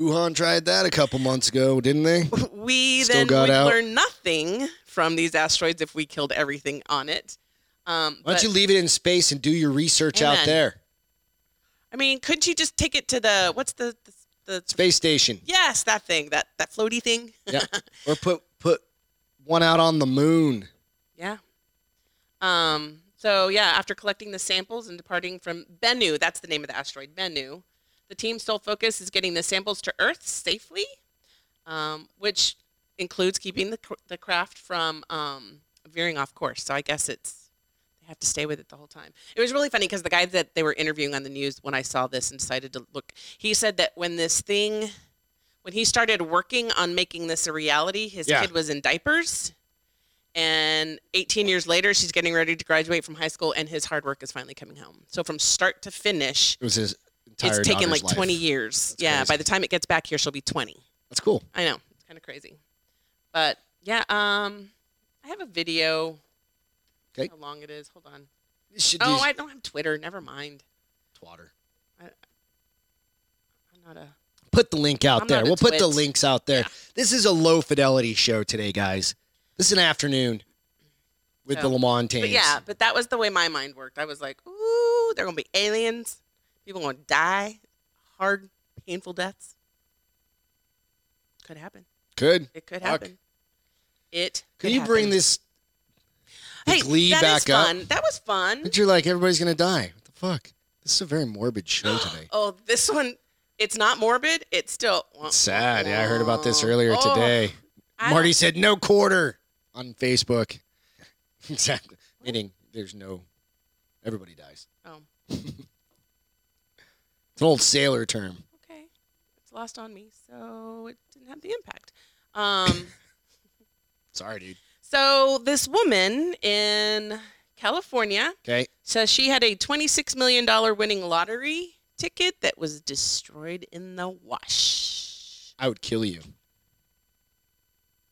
Wuhan tried that a couple months ago, didn't they? We Still then got would out. learn nothing from these asteroids if we killed everything on it. Um, Why don't but- you leave it in space and do your research out Amen. there? I mean, couldn't you just take it to the what's the the, the Space station. yes that thing that that floaty thing? Yeah. Or put put one out on the moon. Yeah. Um, so yeah, after collecting the samples and departing from Bennu, that's the name of the asteroid, Bennu, the team's sole focus is getting the samples to Earth safely, um, which includes keeping the, cr- the craft from um, veering off course. So I guess it's they have to stay with it the whole time. It was really funny because the guy that they were interviewing on the news when I saw this and decided to look, he said that when this thing, when he started working on making this a reality, his Yeah. kid was in diapers. And 18 years later, she's getting ready to graduate from high school, and his hard work is finally coming home. So from start to finish, It was his it's entire taken daughter's like life. 20 years. That's yeah, by crazy. the time it gets back here, she'll be 20. That's cool. I know it's kind of crazy, but yeah. Um, I have a video. Okay. How long it is? Hold on. This should Oh, be I don't have Twitter. Never mind. twatter. I'm not a. Put the link out I'm there. not a We'll put the twit. links out there. Yeah. This is a low fidelity show today, guys. This is an afternoon with So- the Lamont But Tames. yeah, but that was the way my mind worked. I was like, ooh, they're gonna be aliens. People gonna die, hard, painful deaths. Could happen. Good. It could Fuck. happen. It. Can could you bring happen. this the hey, Glee that is back up? fun. That was fun. But you're like everybody's gonna die. What the fuck? This is a very morbid show today. Oh, this one, it's not morbid. It's still uh, It's sad. Yeah, I heard about this Oh. earlier Oh, today. I don't- Marty said no quarter on Facebook. exactly. Meaning there's no everybody dies. Oh. It's an old sailor term. Okay, it's lost on me, so it didn't have the impact. Um, Sorry, dude. so this woman in California Okay. says she had a twenty-six million dollar winning lottery ticket that was destroyed in the wash. I would kill you.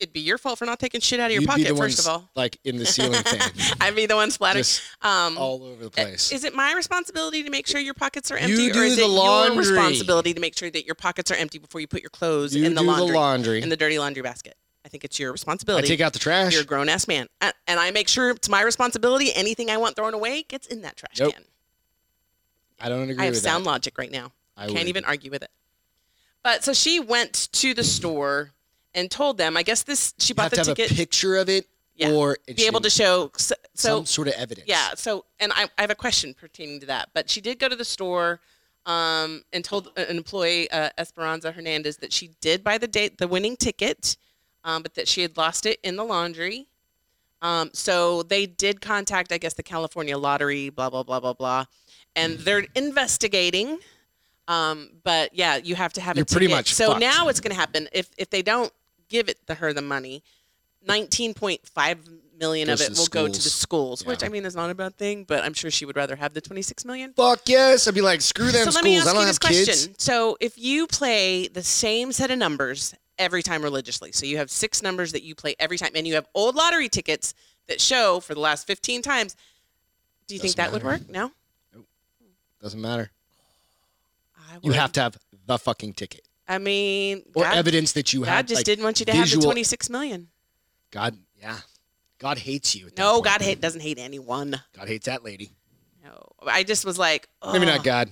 It'd be your fault for not taking shit out of your You'd be pocket, the first of ones, all. Like in the ceiling fan. I'd be the one splattering. Just um, all over the place. Is it my responsibility to make sure your pockets are empty, You do or is the it laundry. your responsibility to make sure that your pockets are empty before you put your clothes you in the do laundry, the laundry. in the dirty laundry basket? I think it's your I responsibility. take out the trash. You're a grown ass man, A- and I make sure it's my responsibility. Anything I want thrown away gets in that trash Nope. can. I don't agree I have with sound logic right now. that. I Can't would. even argue with it. But so she went to the store and told them. I guess this she You bought have the to have ticket a picture of it Yeah. or it be able should to show. So, so some sort of evidence. Yeah. So, and I, I have a question pertaining to that. But she did go to the store um, and told an employee, uh, Esperanza Hernandez, that she did buy the date, the winning ticket, um, but that she had lost it in the laundry. Um, so they did contact, I guess, the California Lottery, blah blah blah blah blah, Mm-hmm. and they're investigating. Um, but yeah, you have to have You're a pretty ticket. much so fucked. now what's going to happen if if they don't give it the, her the money? Nineteen point five million of Goes it to will the go to the schools. schools, which Yeah. I mean is not a bad thing, but I'm sure she would rather have the 26 million. Fuck yes. I'd be like, screw them so schools. let me ask I don't you this have kids. question. So if you play the same set of numbers every time religiously. So you have six numbers that you play every time, and you have old lottery tickets that show for the last 15 times. Do you think that Doesn't would matter. work? No. Doesn't matter. I You would. have to have the fucking ticket I mean, or God, evidence that you God have. just like, didn't want you to have visual- the 26 million. God, yeah. God hates you. at that No, point. God hate, doesn't hate anyone. God hates that lady. No, I just was like, oh. Maybe not God.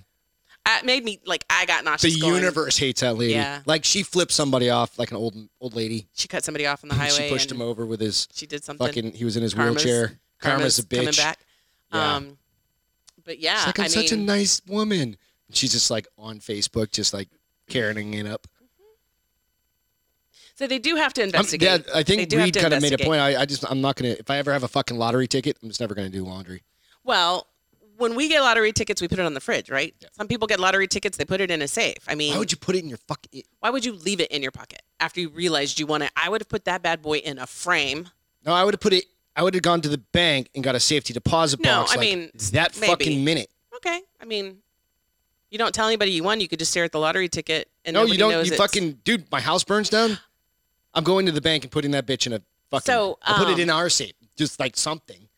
It made me like I got The nauseous. going- universe hates that lady. Yeah. Like she flipped somebody off, like an old old lady. She cut somebody off on the highway. she pushed and him over with his She did something. fucking. He was in his Karma's- wheelchair. Karma's, a bitch. coming back. Yeah. Um, but yeah, She's like, I I'm mean, such a nice woman. And she's just like on Facebook, just like caring it up. so they do have to I'm- investigate. Um, yeah, I They think do have Reed to kind of made a investigate. point. I, I just, I'm not gonna. If I ever have a fucking lottery ticket, I'm just never gonna do laundry. Well, when we get lottery tickets, we put it on the fridge, right? Yeah. Some people get lottery tickets, they put it in a safe. I mean, Why would you put it in your fucking? leave it in your pocket after you realized you want it? I would have put that bad boy in a frame. No, I would have put it. I would have gone to the bank and got a safety deposit No, box. I like, mean, that maybe. fucking minute. Okay, I mean, you don't tell anybody you won. You could just stare at the lottery ticket and No, nobody you don't. knows You it's- fucking dude. My house burns down. I'm going to the bank and putting that bitch in a fucking. So, I'll put it um, in our safe, just like something.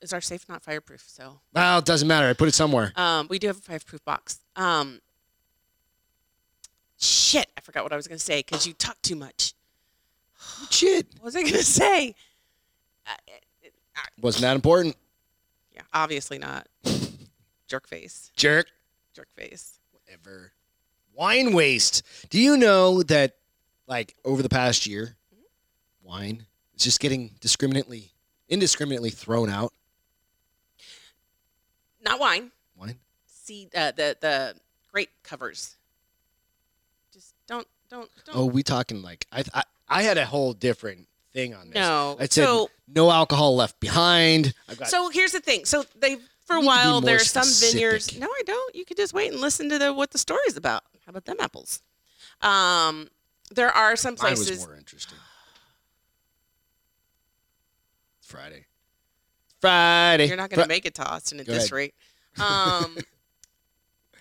Is our safe not fireproof? So Well, it doesn't matter. I put it somewhere. Um, we do have a fireproof box. Um, shit, I forgot what I was gonna say because you talk too much. Shit, What was I gonna say? Uh, wasn't that important, Yeah, obviously not. Jerk face. jerk? Jerk face. Ever. Wine waste. Do you know that, like, over the past year, wine is just getting discriminately, indiscriminately thrown out? Not wine. Wine? See uh, the the grape covers. Just don't don't don't. Oh, we talking like, I, I, I had a whole different thing on this. no. I said so no alcohol left behind. I've got so here's the thing. So they for You a need to be while there more are some vineyards. specific. No, I don't. You could just wait and listen to the what the story's about. How about them apples? Um, there are some Mine places. was more interesting. Friday. Friday. You're not going to Fri- make it to Austin at Go this ahead. rate. Um,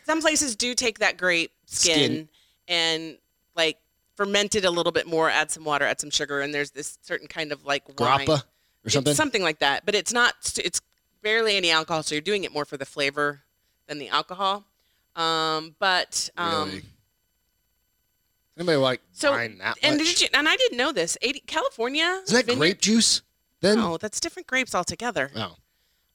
some places do take that grape skin, Skin. and like ferment it a little bit more, add some water, add some sugar, and there's this certain kind of like wine. grappa or It's something. something like that. But it's not. It's barely any alcohol, so you're doing it more for the flavor than the alcohol. Um, but um, really. Anybody like so- wine that and much? did you, and I didn't know this. 80, California Is that vineyard- grape juice? Then No, that's different grapes altogether. Oh,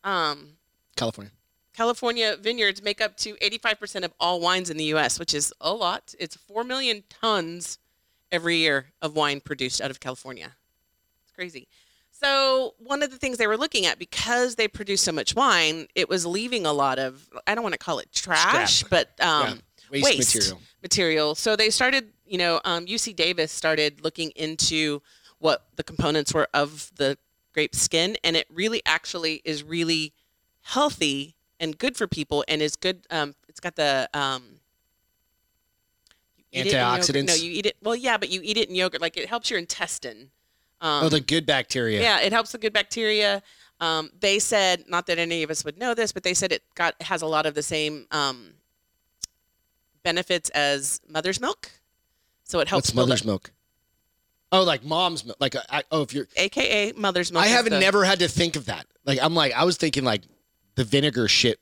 Um, California. California vineyards make up to 85% of all wines in the U.S., which is a lot. It's 4 million tons every year of wine produced out of California. It's crazy. So, one of the things they were looking at, because they produce so much wine, it was leaving a lot of, I don't want to call it trash, Scrap. but um, Waste, waste. material. material. So, they started, you know, um, UC Davis started looking into what the components were of the grape skin, and it really actually is really healthy and good for people and is good um it's got the um you eat it in yogurt- Antioxidants? no you eat it well yeah but you eat it in yogurt like it helps your intestine um, oh, the good bacteria. yeah it helps the good bacteria um, they said not that any of us would know this but they said it got has a lot of the same um, benefits as mother's milk so it helps What's build mother's milk? Oh, like mom's milk. Like, uh, I, oh, if you're. up- aka mother's milk I is haven't the- never had to think of that. Like, I'm like, I was thinking like the vinegar shit.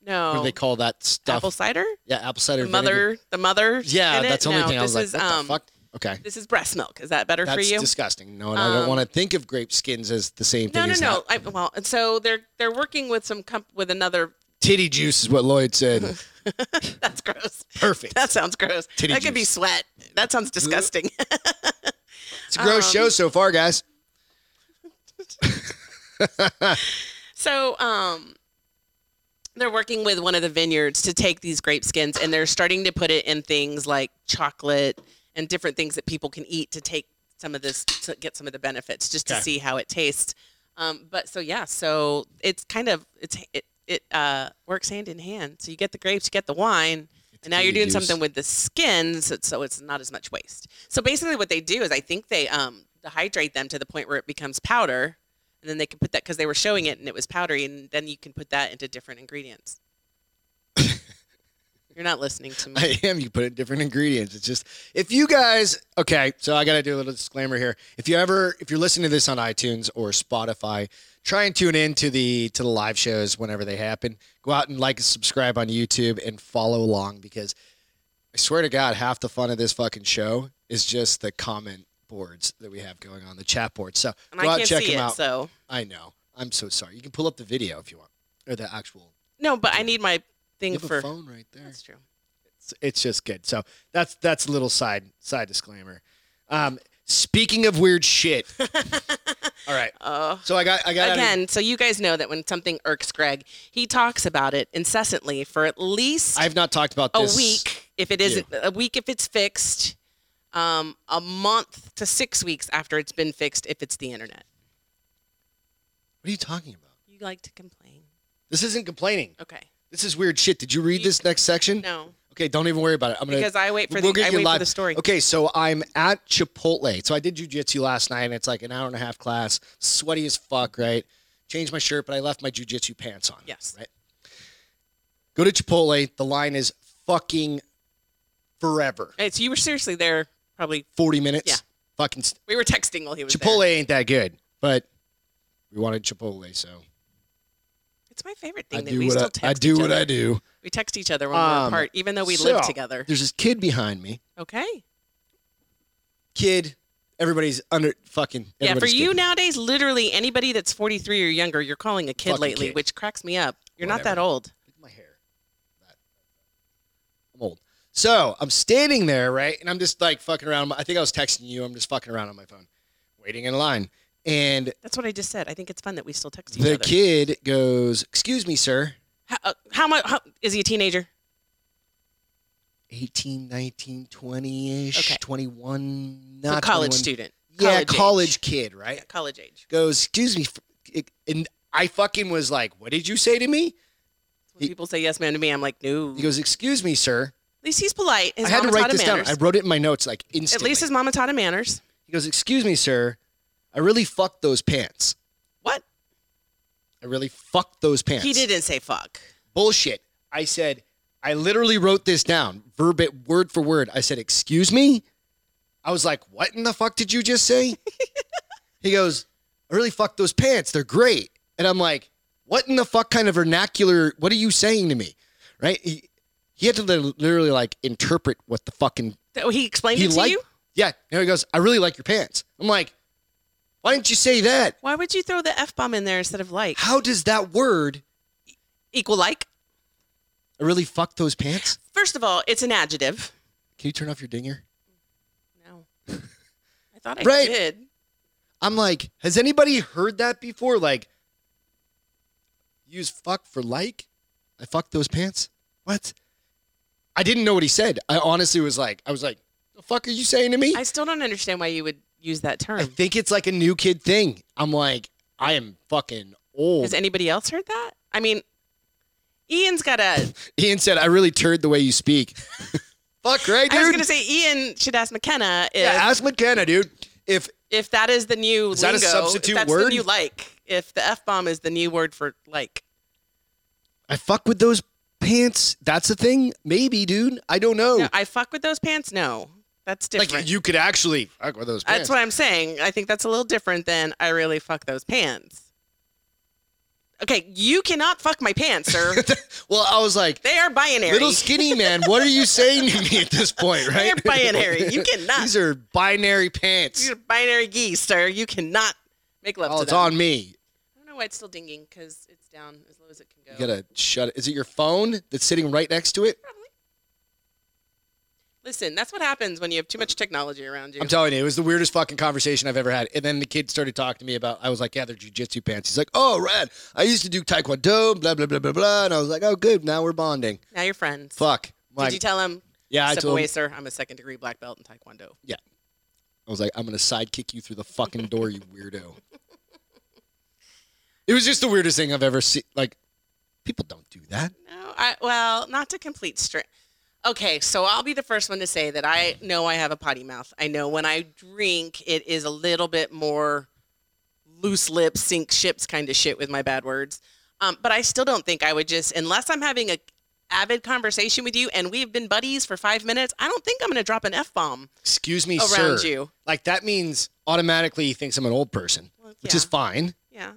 What no do they call that stuff? Oh. apple cider yeah, apple cider the vinegar. mother the mother Yeah, in it? that's the only No, thing I was this like, is, what um, the fuck? Okay. this is breast milk is that better for That's you disgusting. No, and I don't Um, want to think of grape skins as the same thing. No, no, as no. that. I, well, and so they're they're working with some comp- with another. Titty juice is what Lloyd said. That's gross. Perfect. That sounds gross. Titty that could be juice. sweat. That sounds disgusting. It's a gross um, show so far, guys. so, um, they're working with one of the vineyards to take these grape skins, and they're starting to put it in things like chocolate and different things that people can eat to take some of this to get some of the benefits, just Okay. to see how it tastes. Um, but so yeah, so it's kind of it's it it uh, works hand in hand. So you get the grapes, you get the wine. And now you're doing something with the skins, so it's, so it's not as much waste. So basically, what they do is I think they um, dehydrate them to the point where it becomes powder, and then they can put that because they were showing it and it was powdery, and then you can put that into different ingredients. You're not listening to me. I am. You put in different ingredients. It's just if you guys. Okay, so I gotta do a little disclaimer here. If you ever, if you're listening to this on iTunes or Spotify, try and tune in to the to the live shows whenever they happen. Go out and like and subscribe on YouTube and follow along because I swear to God, half the fun of this fucking show is just the comment boards that we have going on the chat board. So and go I out can't and check see them it, out. so I know. I'm so sorry. You can pull up the video if you want, or the actual. no. But I need my You thing have a for. phone right there That's true. it's, it's just good. So that's that's a little side side disclaimer. Um, speaking of weird shit, all right. Oh. So I got I got Again, so you guys know that when something irks Greg, he talks about it incessantly for at least I've not talked about a this week if it isn't a week if it's fixed, um, a month to six weeks after it's been fixed if it's the internet. What are you talking about? You like to complain. This isn't complaining. Okay. This is weird shit. Did you read this next section? No. Okay, don't even worry about it. I'm gonna Because I wait for we'll the get I you wait live. for the story. Okay, so I'm at Chipotle. So I did jujitsu last night, and it's like an hour and a half class. Sweaty as fuck, right? Changed my shirt, but I left my jujitsu pants on. Yes. Right. Go to Chipotle. The line is fucking forever. It's you were seriously there probably Forty minutes. Yeah. Fucking st- we were texting while he was Chipotle there. ain't that good, but we wanted Chipotle, so It's my favorite I thing that do we still what text I, I do each what other. I do. We text each other when Um, we're apart, even though we live So, together. There's this kid behind me. Okay. Kid. Everybody's under fucking. Yeah, for everybody's you kid. nowadays, literally anybody that's 43 or younger, you're calling a kid Fucking lately, kid. which cracks me up. You're not Whatever. that old. Look at my hair. That- I'm old. So I'm standing there, right? And I'm just like fucking around. I think I was texting you. I'm just fucking around on my phone, waiting in line. And That's what I just said. I think it's fun that we still text each the other. kid goes, Excuse me, sir. How, uh, how much how, is he a teenager? 18, 19, 20 ish, Okay. 21, So not college 21. student. Yeah, age. college kid, right? Yeah, college age. Goes, Excuse me. f- it- And I fucking was like, What did you say to me? When people say yes, ma'am to me, I'm like, no. He goes, Excuse me, sir. At least he's polite. His I had to mama write taught him this down. manners. I wrote it in my notes like At instantly. least his mama taught him manners. He goes, "Excuse me, sir. I really fucked those pants. What? I really fucked those pants." He didn't say fuck. Bullshit. I said, I literally wrote this down, verbit, word for word. I said, "Excuse me." I was like, "What in the fuck did you just say?" he goes, "I really fucked those pants. They're great." And I'm like, "What in the fuck kind of vernacular? What are you saying to me?" Right? He, he had to li- literally like interpret what the fucking Th- He explained he it to liked. you. Yeah. And he goes, "I really like your pants." I'm like, "Why didn't you say that?" Why would you throw the f bomb in there instead of like? How does that word Equal like. I really fuck those pants? First of all, it's an adjective. Can you turn off your dinger? No. I thought I Right. did. I'm like, has anybody heard that before? Like, use fuck for like? I fucked those pants? What? I didn't know what he said. I honestly was like, I was like, the fuck are you saying to me? I still don't understand why you would use that I term. think it's like a new kid thing. I'm like, I am fucking old. Has anybody else heard that? I mean, Ian's got a. Ian said, I really turd the way you speak. fuck, right, I was dude? gonna say Ian should ask McKenna if yeah, ask McKenna, dude. If if that is the new Is that a lingo, substitute if that's word? The new like if the f bomb is the new word for like. I fuck with those pants. That's a thing. Maybe, dude. I don't know. No, I fuck with those pants. No, that's different. like you could actually fuck with those pants. that's what I'm saying. I think that's a little different than I really fuck those pants. Okay, you cannot fuck my pants, sir. well, I was like, they are binary. little skinny man. What are you saying to me at this point, they right? are binary. You cannot. These are binary pants. You're binary geese, sir. You cannot make love Oh, to it's them. on me. I don't know why it's still dinging because it's down as low as it can You go. gotta shut it. Is it your phone that's sitting right next to it? Probably. Listen, that's what happens when you have too much technology around you. I'm telling you, it was the weirdest fucking conversation I've ever had. And then the kid started talking to me about, I was like, yeah, they're jujitsu pants. He's like, oh, rad. I used to do taekwondo, blah, blah, blah, blah, blah. And I was like, oh, good. Now we're bonding. now you're friends. Fuck. I'm Did Like, you tell him? yeah, I Step told away, him. sir. I'm a second degree black belt in Taekwondo. I was like, I'm gonna sidekick you through the fucking door, you weirdo. it was just the weirdest thing I've ever seen. Like, people don't do that. No, I well, not to complete straight. Okay, so I'll be the first one to say that I know I have a potty mouth. I know when I drink, it is a little bit more loose lips, sink ships kind of shit with my bad words. Um, but I still don't think I would just, unless I'm having a avid conversation with you and we've been buddies for five minutes, I don't think I'm going to drop an F bomb Excuse me, around sir. you. Like that means automatically he thinks I'm an old person, Well, which is fine. yeah.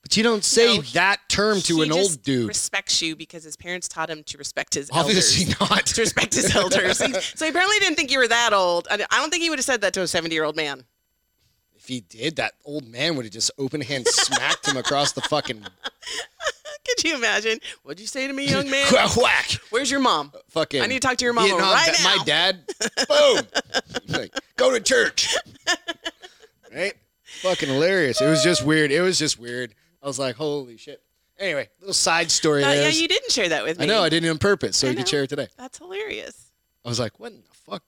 But you don't say No, that term to He an just old dude. respects you because his parents taught him to respect his Obviously elders. not. to respect his elders. He- so he apparently didn't think you were that old. I I don't think he would have said that to a 70 year old man. if he did, that old man would have just open hand smacked him across the fucking Could you imagine? What'd you say to me, young man? whack. whack. Where's your mom? Fucking. I need to talk to your mama Vietnam right vet- now. My dad. Boom. Like, go to church. right. Fucking hilarious. It was just weird. It was just weird. I was like, holy shit. Anyway, little side story. Uh, there. yeah, you didn't share that with me. I know. I did it on purpose, so I you could know. share it today. That's hilarious. I was like, what in the fuck?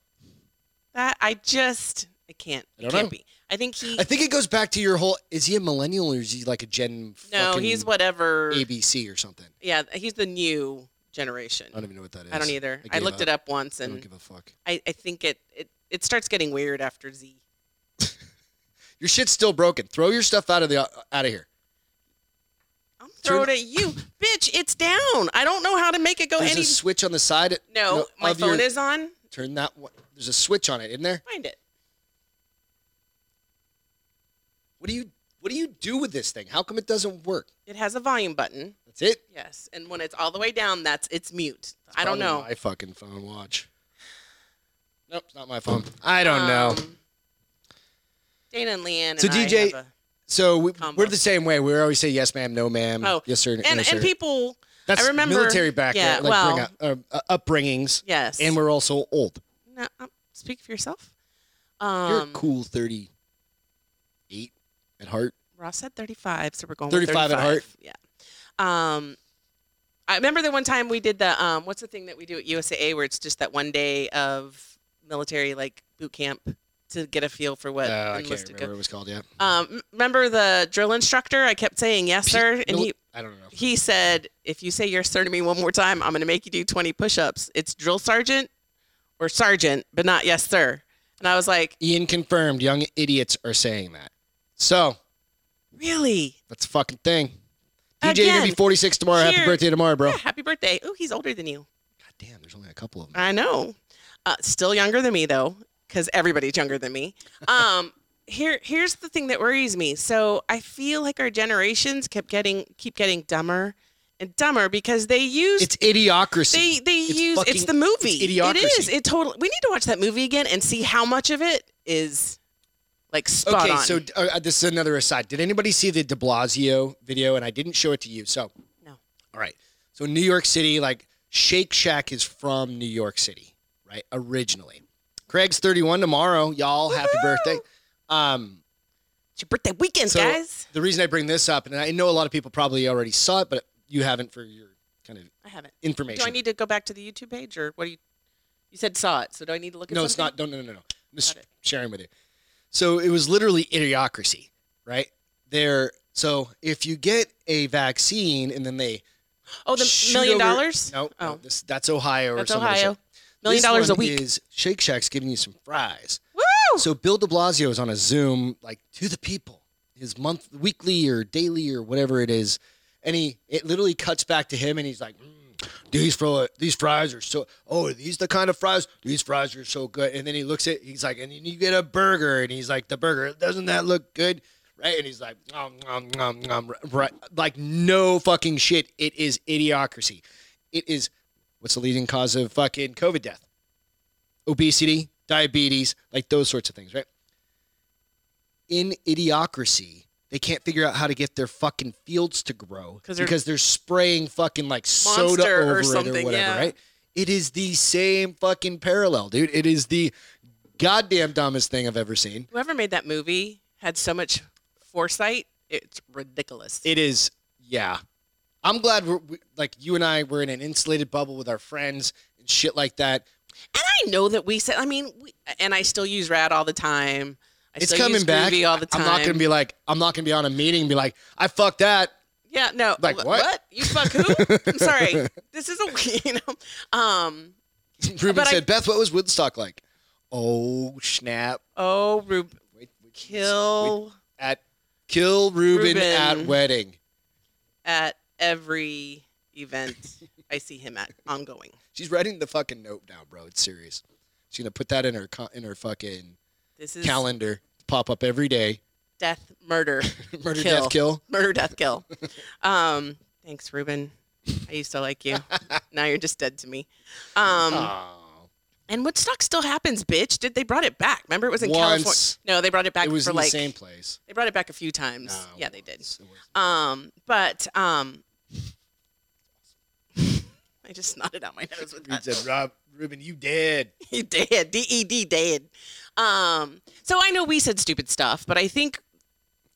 That I just I can't. I don't can't know. be. I think he. I think it goes back to your whole. Is he a millennial or is he like a Gen? no, fucking he's whatever. ABC or something. Yeah, he's the new generation. I don't even know what that is. I don't either. I, I gave looked up. it up once, I don't and give a fuck. I, I think it, it it starts getting weird after Z. Your shit's still broken. Throw your stuff out of the out of here. I'm throwing it at you, bitch. It's down. I don't know how to make it go There's any. a switch on the side. no, my of your- phone is on. Turn that one. There's a switch on it, isn't there? Find it. What do you What do you do with this thing? How come it doesn't work? It has a volume button. That's it. Yes, and when it's all the way down, that's it's mute. It's I don't probably know. My fucking phone. Watch. Nope, it's not my phone. I don't know. Um, Dana and Leanne. So and I DJ have a- So we, combo. we're the same way. We always say yes, ma'am, no, ma'am, um, Oh, yes, sir, and no, sir. and people. That's remember- military background, yeah, like well- bring up, uh, upbringings, Yes. and we're also old. No, um, speak for yourself. Um, You're a cool thirty-eight at heart. Ross said 35, so we're going 35 with 35 at heart. Yeah. Um, I remember the one time we did the um, what's the thing that we do at USAA where it's just that one day of military like boot camp to get a feel for what Uh, I can't enlisted remember what it was called. Yeah, go. Um, m- remember the drill instructor? I kept saying yes, P- sir, and mil- he I don't know. he said, if you say yes, sir to me one more time, I'm going to make you do 20 push-ups. It's drill sergeant or sergeant, but not yes, sir. And I was like, Ian confirmed. Young idiots are saying that. So really? that's a fucking thing. DJ, you're gonna be Again, 46 tomorrow. Happy here- birthday tomorrow, bro. Yeah, God happy birthday. Oh, he's older than you. damn, there's only a couple of them. I know. Uh, still younger than me though, because everybody's younger than me. Um, here, here's the thing that worries me. So I feel like our generations kept getting keep getting dumber and dumber because they use It's idiocracy. they they it's use fucking- it's the movie. it's It is. idiocracy. It totally. We need to watch that movie again and see how much of it is like spot okay, on. so uh, this is another aside. Did anybody see the De Blasio video? And I didn't show it to you. So No. All right. So New York City, like Shake Shack is from New York City, right? Originally. Craig's 31 tomorrow. Y'all, happy Woohoo! birthday. Um, it's your birthday weekend, So- guys. the reason I bring this up, and I know a lot of people probably already saw it, but you haven't for your kind of I haven't. information. Do I need to go back to the YouTube page or what do you? You said saw it, so do I need to look at no, it's something? not. No, no, no, no. no. I'm just Got it. sharing with you. So it was literally idiocracy, right? There. So if you get a vaccine and then they Oh, the shoot million over- dollars. no, no, Oh. this that's Ohio That's or something. Ohio. Million dollars a week. is Shake Shack's giving you some fries. Woo! So Bill De Blasio is on a Zoom, like to the people, his month, weekly or daily or whatever it is, and he it literally cuts back to him, and he's like, "Mm, "These fro- these fries are so oh, are these the kind of fries? These fries are so good." And then he looks at, he's like, "And then you get a burger," and he's like, "The burger doesn't that look good?" Right? And he's like, nom, nom, nom, nom, right? like no fucking shit. It is idiocracy. It is what's the leading cause of fucking COVID death? obesity, diabetes, like those sorts of things, right? In idiocracy, they can't figure out how to get their fucking fields to grow 'Cause they're- because they're spraying fucking like soda Monster or over it or something, whatever, yeah. right? It is the same fucking parallel, dude. It is the goddamn dumbest thing I've ever seen. Whoever made that movie had so much foresight. It's ridiculous. It is, yeah. I'm glad we're we, like you and I were in an insulated bubble with our friends and shit like that. and I know that we said. I mean, we, and I still use Rad all the time. I it's still coming use back. Groovy all the time. I'm not gonna be like I'm not gonna be on a meeting and be like I fucked that. Yeah, no. Like, wh- what? You fuck who? I'm sorry. This is a you know. Um. Ruben But I- said, Beth, what was Woodstock like? Oh, snap. Oh, Rube, Wait, wait, wait. kill at Kill Ruben, Reuben. at wedding. at every event. I see him at ongoing. She's writing the fucking note down, bro. It's serious. She's gonna put that in her co- in her fucking This is calendar. Pop up every day. death, murder, Murder, Kill. death, kill. murder, death, kill. Um, thanks, Ruben. I used to like you. now you're just dead to me. Um, Ah. Aw. And Woodstock still happens, bitch. Did they brought it back? Remember, it was in California. Once No, they brought it back it was for in like the same place. they brought it back a few times. No, yeah, they did. once. It was- Um, but um, I just snotted out my nose with Reed that. said, Rob, Ruben, you dead. He did. D E D did. Um, so I know we said stupid stuff, but I think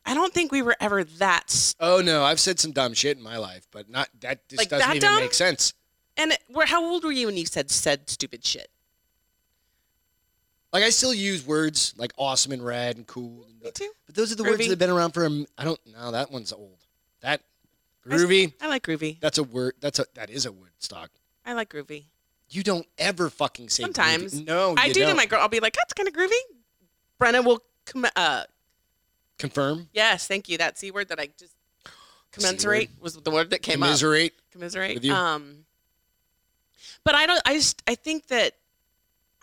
I don't think we were ever that. s Oh no, I've said some dumb shit in my life, but not that just Like doesn't that even dumb? make sense. and where, how old were you when you said said stupid shit? Like I still use words like awesome and rad and cool, and- Me too. but those are the words Groovy. that have been around for. A, m- I don't. No, that one's old. That I s- groovy. I like groovy. That's a word. That's a that is a word stock. I like groovy. You don't ever fucking say groovy. Sometimes. No, I Oh, you do to don't. my girl. I'll be like, that's kind of groovy. Brenna will. Com- uh, confirm. yes, thank you. That c word that I just commensurate was the word that came up. commiserate. commiserate. With you. Um, but I don't. I just. I think that.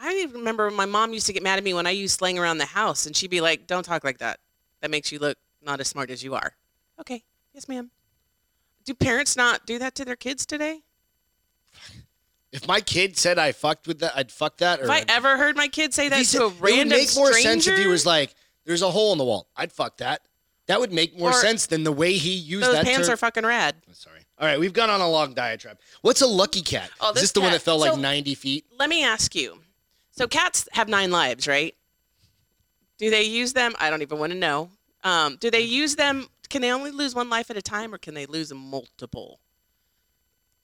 I don't even remember my mom used to get mad at me when I used slang around the house, and she'd be like, "Don't talk like that. That makes you look not as smart as you are." Okay. Yes, ma'am. Do parents not do that to their kids today? If my kid said I fucked with that, I'd fuck that. Or If I ever heard my kid say If that he said- to a it would random make more stranger, sense if he was like, "There's a hole in the wall." I'd fuck that. That would make more Or- sense than the way he used "Those that pants term. are fucking rad." Sorry. All right, we've gone on a long diatribe. What's a lucky cat? Oh, Is this this the one cat- that fell like so- 90 feet? Let me ask you. So cats have nine lives, right? Do they use them? I don't even want to know. Um, do they use them? Can they only lose one life at a time, or can they lose multiple?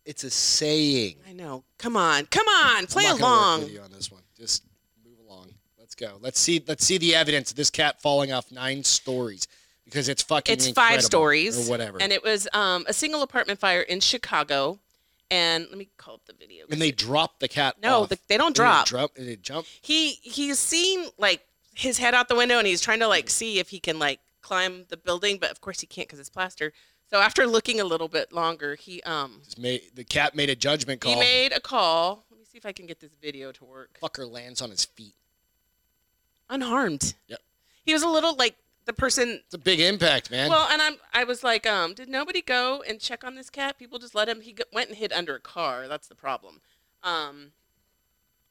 It's a saying. I know. Come on, come on, play I'm not gonna work along. with you on this one. Just move along. Let's go. Let's see. Let's see the evidence of this cat falling off nine stories because it's fucking. It's five incredible, stories, or whatever. And And, it was um, a single apartment fire in Chicago. And let me call up the video. they dropped the cat. no, off. the, they don't Did it drop. drop- did it jump? he he's seen like his head out the window and he's trying to like see if he can like climb the building but of course he can't because it's plaster so after looking a little bit longer he um Just made, the cat made a judgment call. he made a call let me see if i can get this video to work Fucker lands on his feet. unharmed Yep. he was a little like the person It's a big impact, man. well and i'm i was like um did nobody go and check on this cat people just let him he go- went and hid under a car that's the problem um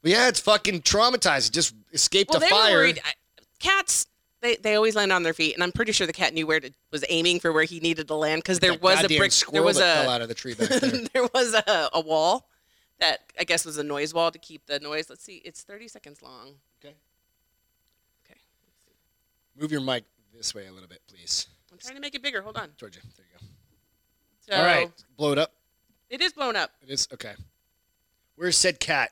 But yeah, it's fucking traumatized. It just escaped well a they fire. were worried I, cats they, they always land on their feet, and I'm pretty sure the cat knew where to was aiming for where he needed to land because there That was a goddamn brick, there squirrel was that fell a out of the tree back there. there was a, a wall that I guess was a noise wall to keep the noise. Let's see, it's 30 seconds long. Okay. Okay. let's see. Move your mic this way a little bit, please. I'm trying to make it bigger. Hold on. Georgia, there you go. So All right, blow it up. it is blown up. It is okay. Where's said cat?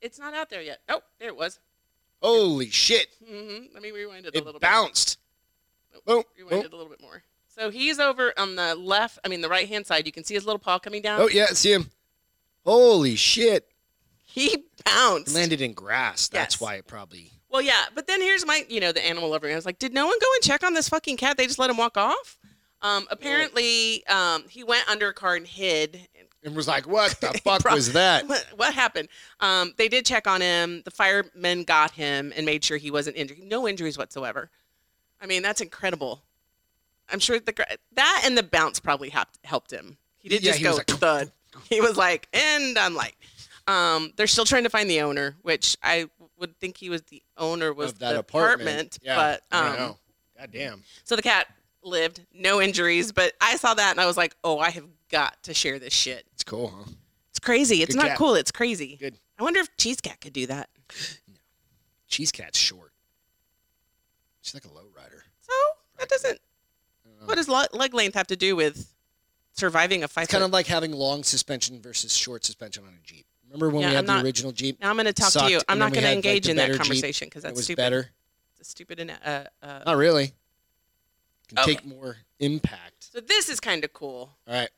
It's not out there yet. Oh, there it was. Holy shit! hmm Let me rewind it, a little It Oh. bounced. bit. Boom, Rewind boom. it a little bit more. So he's over on the left. I mean, the right hand side. You can see his little paw coming down. Oh yeah, see him. Holy shit! He bounced. Landed in grass. That's Yes. why it probably. Well, yeah, but then here's my, you know, the animal lover. I was like, did no one go and check on this fucking cat? They just let him walk off. Um, apparently, um, he went under a car and hid. And was like, what the fuck Bro- was that? What, what happened? Um, they did check on him. The firemen got him and made sure he wasn't injured. No injuries whatsoever. I mean, that's incredible. I'm sure the gr- that and the bounce probably helped helped him. He did Yeah, just he go was like- thud. He was like, and I'm like, um, they're still trying to find the owner, which I would think he was the owner was of that the apartment. apartment, Yeah, but I um, don't know. God damn. so the cat lived, no injuries. But I saw that and I was like, oh, I have got to share this shit. It's cool, huh? It's crazy. It's Good not cat. cool. It's crazy. Good. I wonder if Cheese Cat could do that. Cheese cat's short. She's like a low rider. So that doesn't. Oh. What does lo- leg length have to do with surviving a five? It's kind foot- of like having long suspension versus short suspension on a Jeep. Remember when Yeah, we I'm had the not- original Jeep? now I'm going to talk to you. sucked, I'm and not then we going to had, like, engage the in that better Jeep. conversation because It that's was stupid. better. It's a stupid. ana- Uh, uh, Not really. Can Okay. take more impact. So this is kind of cool. All right.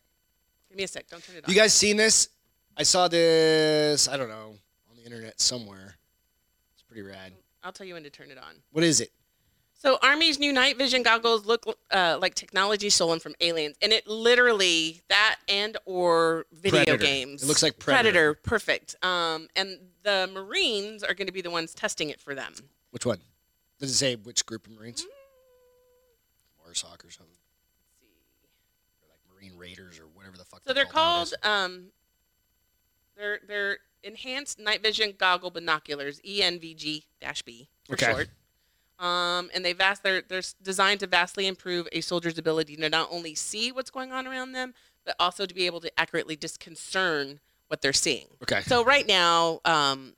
Give me a sec. Don't turn it off. You guys seen this? I saw this, I don't know, on the internet somewhere. It's pretty rad. I'll tell you when to turn it on. What is it? So Army's new night vision goggles look uh, like technology stolen from aliens, and it literally that and or video Predator. games. It looks like Predator. perfect. Um, and the Marines are going to be the ones testing it for them. Hmm, Which one? Does it say which group of Marines? MARSOC or something. Or like Marine Raiders or whatever the fuck So they're called. called um, they're they're enhanced night vision goggle binoculars E ENVG B for Okay. short. Um, and they vast they're they're s- designed to vastly improve a soldier's ability to not only see what's going on around them, but also to be able to accurately disconcern what they're seeing. Okay. So right now, um,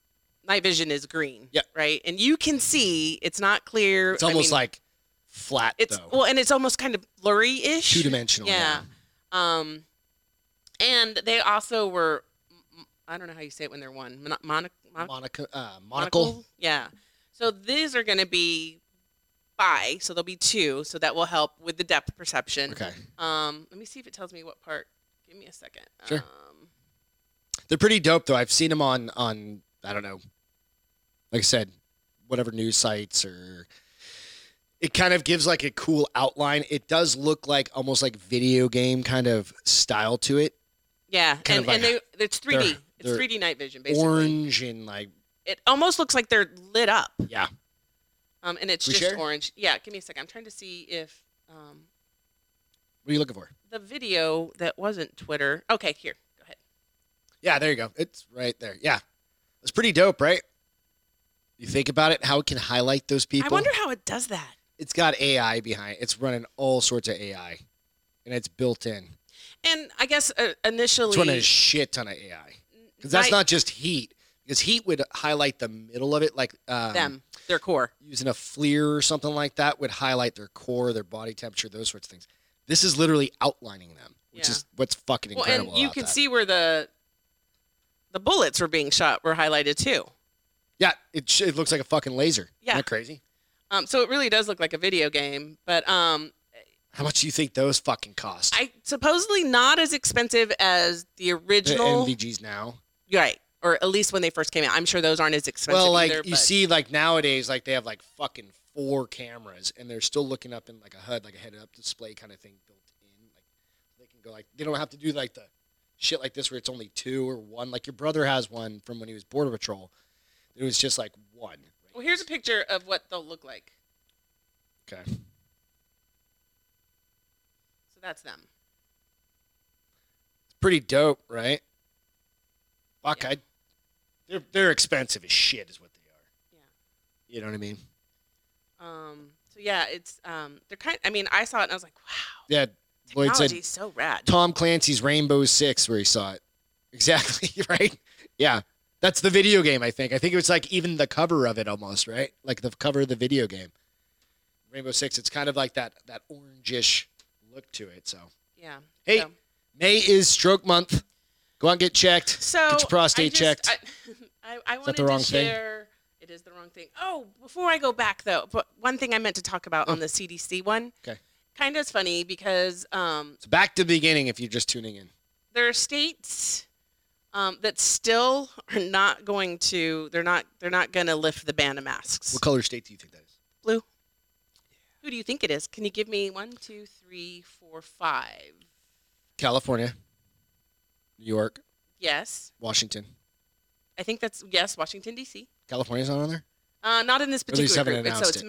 night vision is green. Yeah. Right, and you can see it's not clear. It's almost I mean, like flat it's though. well, and it's almost kind of blurry ish. Two dimensional. Yeah. Um, and they also were, I don't know how you say it when they're one, mon- monoc- mon- Monocle, uh, monocle. monocle? Yeah. So these are going to be bi, so there'll be two, so that will help with the depth perception. Okay. Um, let me see if it tells me what part. Give me a second. Sure. Um, They're pretty dope though. I've seen them on on I don't know, like I said, whatever news sites or. It kind of gives like a cool outline. It does look like almost like video game kind of style to it, yeah. Kind and of and they, it's 3D. they're- it's they're 3D night vision, basically. orange and like It almost looks like they're lit up. yeah. Um, and it's We just share? orange. Yeah. Give me a second. I'm trying to see if. Um, What are you looking for? the video that wasn't Twitter. Okay, here. Go ahead. Yeah, there you go. It's right there. Yeah, it's pretty dope, right? You think about it, how it can highlight those people. I wonder how it does that. It's got AI behind. It's running all sorts of AI, and it's built in. And I guess uh, It's initially, running a shit ton of AI because that's night- not just heat. Because heat would highlight the middle of it, like um, them, their core. using a FLIR or something like that would highlight their core, their body temperature, those sorts of things. This is literally outlining them, which Yeah. is what's fucking Well, incredible. and you about can that. see where the the bullets were being shot were highlighted too. yeah, it, sh- it looks like a fucking laser. Yeah. Isn't that crazy? Um, so it really does look like a video game, but um, How much do you think those fucking cost? I supposedly not as expensive as the the original, NVGs now. right? Or at least when they first came out. I'm sure those aren't as expensive. Well, like either, you but- see, like nowadays, like they have like fucking four cameras, and they're still looking up in like a HUD, like a head-up display kind of thing built in. Like they can go like they don't have to do like the shit like this where it's only two or one. Like your brother has one from when he was border patrol. It was just like one. Well, here's a picture of what they'll look like. okay. So that's them. It's pretty dope, right? Fuck, Yeah. I. They're they're expensive as shit, is what they are. Yeah. You know what I mean? Um, so yeah, it's um, they're kind. I mean, I saw it and I was like, wow. Yeah. Lloyd said Technology's so rad. Tom Clancy's Rainbow Six where he saw it. Exactly, right? Yeah. That's the video game, I think. I think it was like even the cover of it almost, right? Like the cover of the video game. Rainbow Six, it's kind of like that that orangish look to it. So Yeah. Hey, So- May is stroke month. Go out and get checked. So your prostate I just, checked. I, I, I wanted the wrong to thing? share. It is the wrong thing. Oh, before I go back though, but one thing I meant to talk about on the CDC one. Oh. Okay. Kind of is funny because um, So back to the beginning if you're just tuning in. there are states um, that still are not going to. They're not. They're not going to lift the ban of masks. What color state do you think that is? Blue. Who do you think it is? Can you give me one, two, three, four, five? California. New York. Yes. Washington. I think that's yes. Washington D.C. California's not on there? Uh, not in this Or at least particular haven't group. It's- So announced it's it.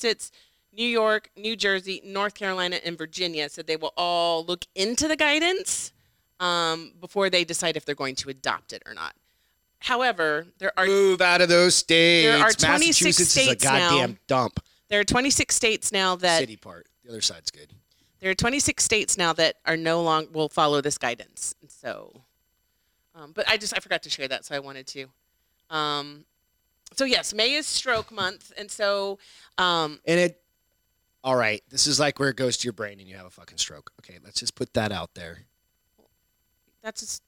Massachusetts, New York, New Jersey, North Carolina, and Virginia. So they will all look into the guidance um, before they decide if they're going to adopt it or not. However, there are Move out of those states. There are 26 Massachusetts is a states now. goddamn dump. there are 26 states now that city part. The other side's good. there are 26 states now that are no long will follow this guidance. And so, um, but I just I forgot to share that, so I wanted to. Um, so yes, May is Stroke Month, and so um, And it, all right, this is like where it goes to your brain and you have a fucking stroke. Okay, let's just put that out there. That's just,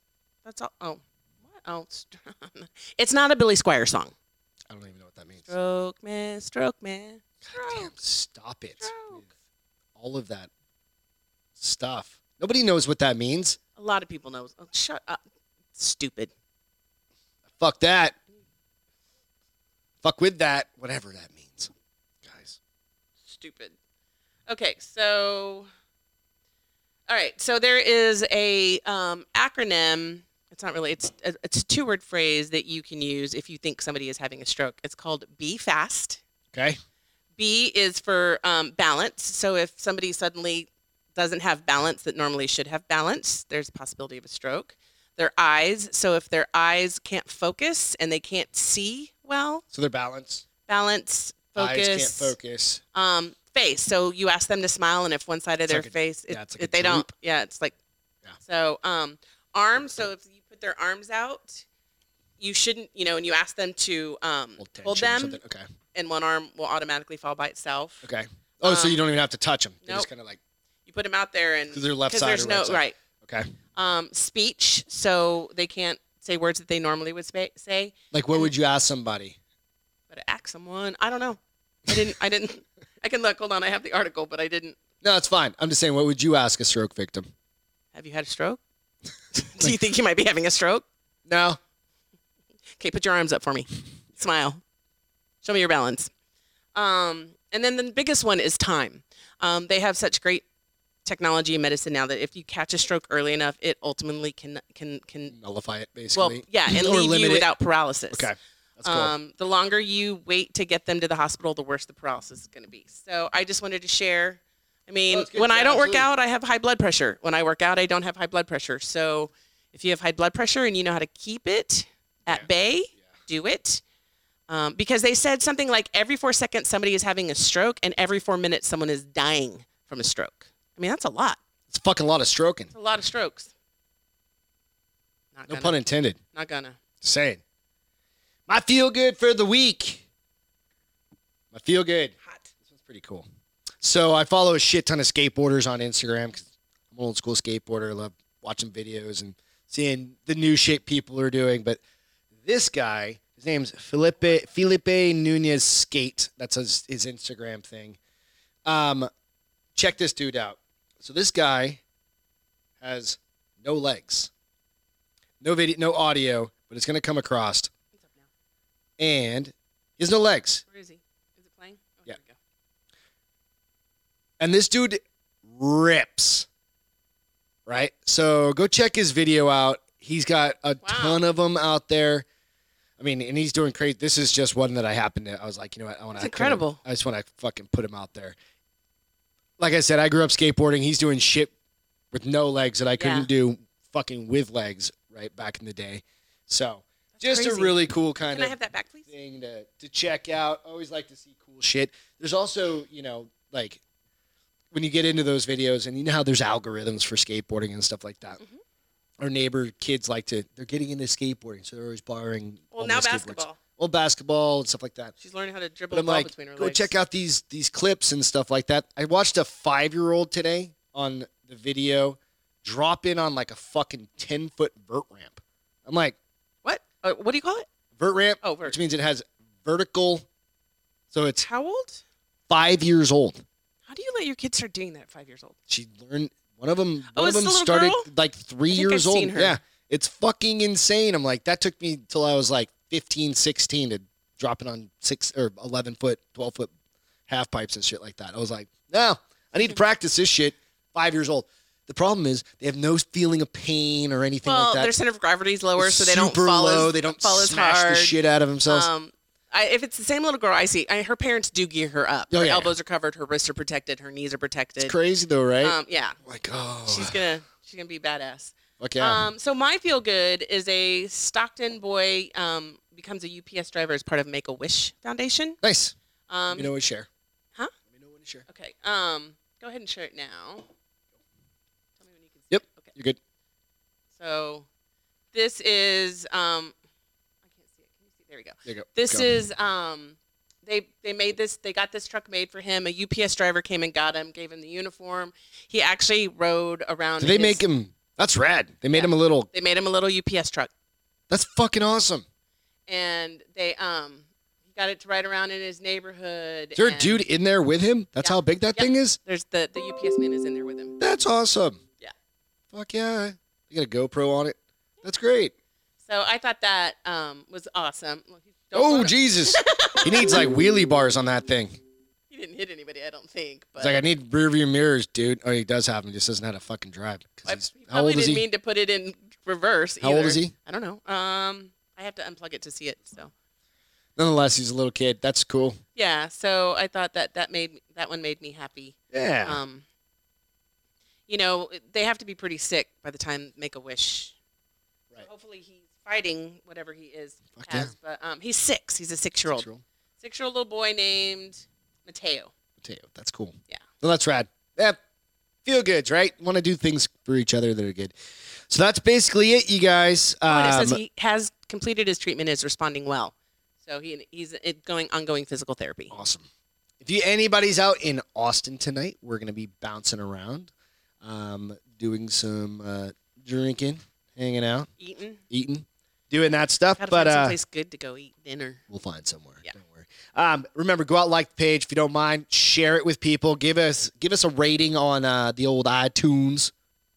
that's all. Oh, what? Oh, st- it's not a Billy Squire song. I don't even know what that means. Stroke man, stroke man, Damn, stroke. stop it. Stroke. with All of that stuff. Nobody knows what that means. A lot of people know. Oh, shut up, stupid. Fuck that. Fuck with that. Whatever that means, guys. stupid. Okay, so all right, so there is a um, acronym. It's not really. It's a- it's a two word phrase that you can use if you think somebody is having a stroke. It's called be fast. Okay. B is for um, balance. So if somebody suddenly doesn't have balance that normally should have balance, there's a possibility of a stroke. Their eyes. So if their eyes can't focus and they can't see well, So they're balanced. balance, focus, Eyes can't focus. um, face. So you ask them to smile, and if one side of It's their like a- face, it, yeah, it's like a it- they don't. droop. Yeah, it's like. Yeah. So um, arms. So if you put their arms out, you shouldn't. You know, and you ask them to um, Hold tension, hold them, something. Okay. and one arm will automatically fall by itself. Okay. Oh, so Um, you don't even have to touch them. They nope. just kind of like You put them out there, and because they're left because side there's or no right side. right Okay. um, speech, so they can't say words that they normally would spa- say. Like what would you ask somebody? But ask someone. I don't know. I didn't. I didn't. I can look. Hold on. I have the article, but I didn't. No, it's fine. I'm just saying, what would you ask a stroke victim? Have you had a stroke? Do you think you might be having a stroke? No. Okay, put your arms up for me. Smile. Show me your balance. Um, and then the biggest one is time. Um, they have such great technology and medicine now that if you catch a stroke early enough, it ultimately can can can Nullify it well basically. yeah and Or leave limit you it. without paralysis. Okay. That's cool. Um, the longer you wait to get them to the hospital, the worse the paralysis is going to be. So I just wanted to share. I mean, Oh, it's good. when Yeah, I don't work absolutely. out, I have high blood pressure. When I work out, I don't have high blood pressure. So if you have high blood pressure and you know how to keep it at Yeah. bay, Yeah. do it. Um, because they said something like every four seconds somebody is having a stroke, and every four minutes someone is dying from a stroke. I mean, that's a lot. it's a fucking lot of stroking. It's a lot of strokes. Not No gonna. pun intended. Not gonna. Just saying. My feel good for the week. My feel good. Hot. This one's pretty cool. So I follow a shit ton of skateboarders on Instagram 'cause I'm an old school skateboarder. I love watching videos and seeing the new shit people are doing. But this guy, his name's Felipe Felipe Nunez Skate. That's his, his Instagram thing. Um, check this dude out. So this guy has no legs, no video, no audio, but it's gonna come across, What's up now? and he has no legs. Where is he? Is it playing? Oh, Yeah. Here we go. and this dude rips right so go check his video out he's got a ton of them out there i mean and he's doing crazy this is just one that i happened to i was like you know what i want to That's incredible. i just want to fucking put him out there like i said i grew up skateboarding he's doing shit with no legs that i couldn't Yeah. do fucking with legs right back in the day so That's just a crazy. really cool kind Can I of have that back, please? thing to, to check out. Always like to see cool shit. There's also, you know, like when you get into those videos and you know how there's algorithms for skateboarding and stuff like that. Mhm. Our neighbor kids like to, they're getting into skateboarding, so they're always borrowing. Well, all now the skateboards. basketball. Well, basketball and stuff like that. She's learning how to dribble But the I'm ball like, between her go legs. check out these these clips and stuff like that. I watched a five year old today on the video drop in on like a fucking ten foot vert ramp. I'm like, What? Uh, what do you call it? vert ramp, Oh, vert. which means it has vertical. So it's How old? five years old. How do you let your kids start doing that at five years old? She learned one of them. Oh, One of it's them the little started girl? like three I think years I've old. seen her. Yeah, it's fucking insane. I'm like, that took me till I was like 15, 16 to drop it on six or 11 foot, 12 foot half pipes and shit like that. I was like, no, I need to practice this shit. Five years old. The problem is they have no feeling of pain or anything well, like that. their center of gravity is lower, It's so they don't super fall low. as they don't fall as smash hard. the shit out of themselves. Um, I, if it's the same little girl I see, I, her parents do gear her up. Oh, her yeah. elbows are covered, her wrists are protected, her knees are protected. it's crazy though, right? Um, yeah, like, oh, she's gonna she's gonna be badass. fuck yeah. Um, so my feel good is a Stockton boy um, becomes a UPS driver as part of Make a Wish Foundation. nice. Um, Let me know when to share. Huh? Let me know when to share. Okay. Um, go ahead and share it now. Tell me when you can see Yep. it. Okay. You're good. So this is um I can't see it. Can you see? There we go. There you go. This Go. is um they they made this they got this truck made for him. A UPS driver came and got him, gave him the uniform. He actually rode around Did they his- make him? That's rad. They made um, Yeah. him a little. They made him a little UPS truck That's fucking awesome. and they um he got it to ride around in his neighborhood. Is there a and dude in there with him? That's Yeah. how big that Yeah. thing is. There's the the UPS man is in there with him. That's awesome. Yeah. Fuck yeah. You got a GoPro on it. That's great. So I thought that um was awesome. Look, he's- don't Oh wanna- Jesus. he needs like wheelie bars on that thing. he didn't hit anybody. I I don't think. But It's like I need rear view mirrors, dude. Oh, he does have them. He just doesn't know how to fucking drive. 'Cause I he's- he how probably old is didn't he? mean to put it in reverse. How old either. is he? I don't know. Um, I have to unplug it to see it. So Nonetheless, he's a little kid. That's cool. yeah. So I thought that that made that one made me happy. Yeah. Um, you know, they have to be pretty sick by the time Make a Wish. So Right. Hopefully, he's fighting whatever he is Fuck yeah. has. But um, he's six. He's a six-year-old. Six-year-old. Six-year-old little boy named Mateo. Potato. That's cool. Yeah. Well, that's rad. Yeah. Feel goods, right? Want to do things for each other that are good. So that's basically it, you guys. Oh, and it Um, says he has completed his treatment. and Is responding well. So he he's it going ongoing physical therapy. awesome. If you anybody's out in Austin tonight, we're gonna be bouncing around, um, doing some uh, drinking, hanging out, Eating. eating, doing that stuff. Gotta but find uh, someplace good to go eat dinner. we'll find somewhere. Yeah. Don't worry. Um, remember, go out like the page if you don't mind. Share it with people. Give us give us a rating on uh, the old iTunes.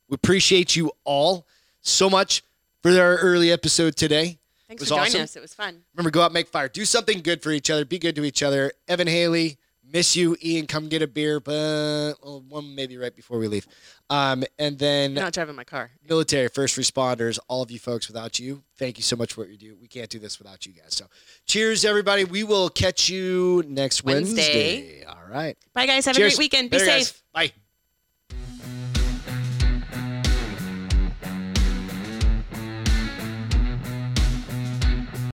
We appreciate you all so much for our early episode today. Thanks was for joining awesome. us. It was fun. Remember, go out, make fire, do something good for each other, be good to each other. Evan Haley, miss you. Ian, come get a beer, but well, one maybe right before we leave. Um, and then You're not driving my car. military, first responders, all of you folks, without you, thank you so much for what you do. We can't do this without you guys. So, cheers, everybody. We will catch you next Wednesday. Wednesday. All right. Bye guys. Have cheers. a great weekend. Be Later, safe. guys. Bye.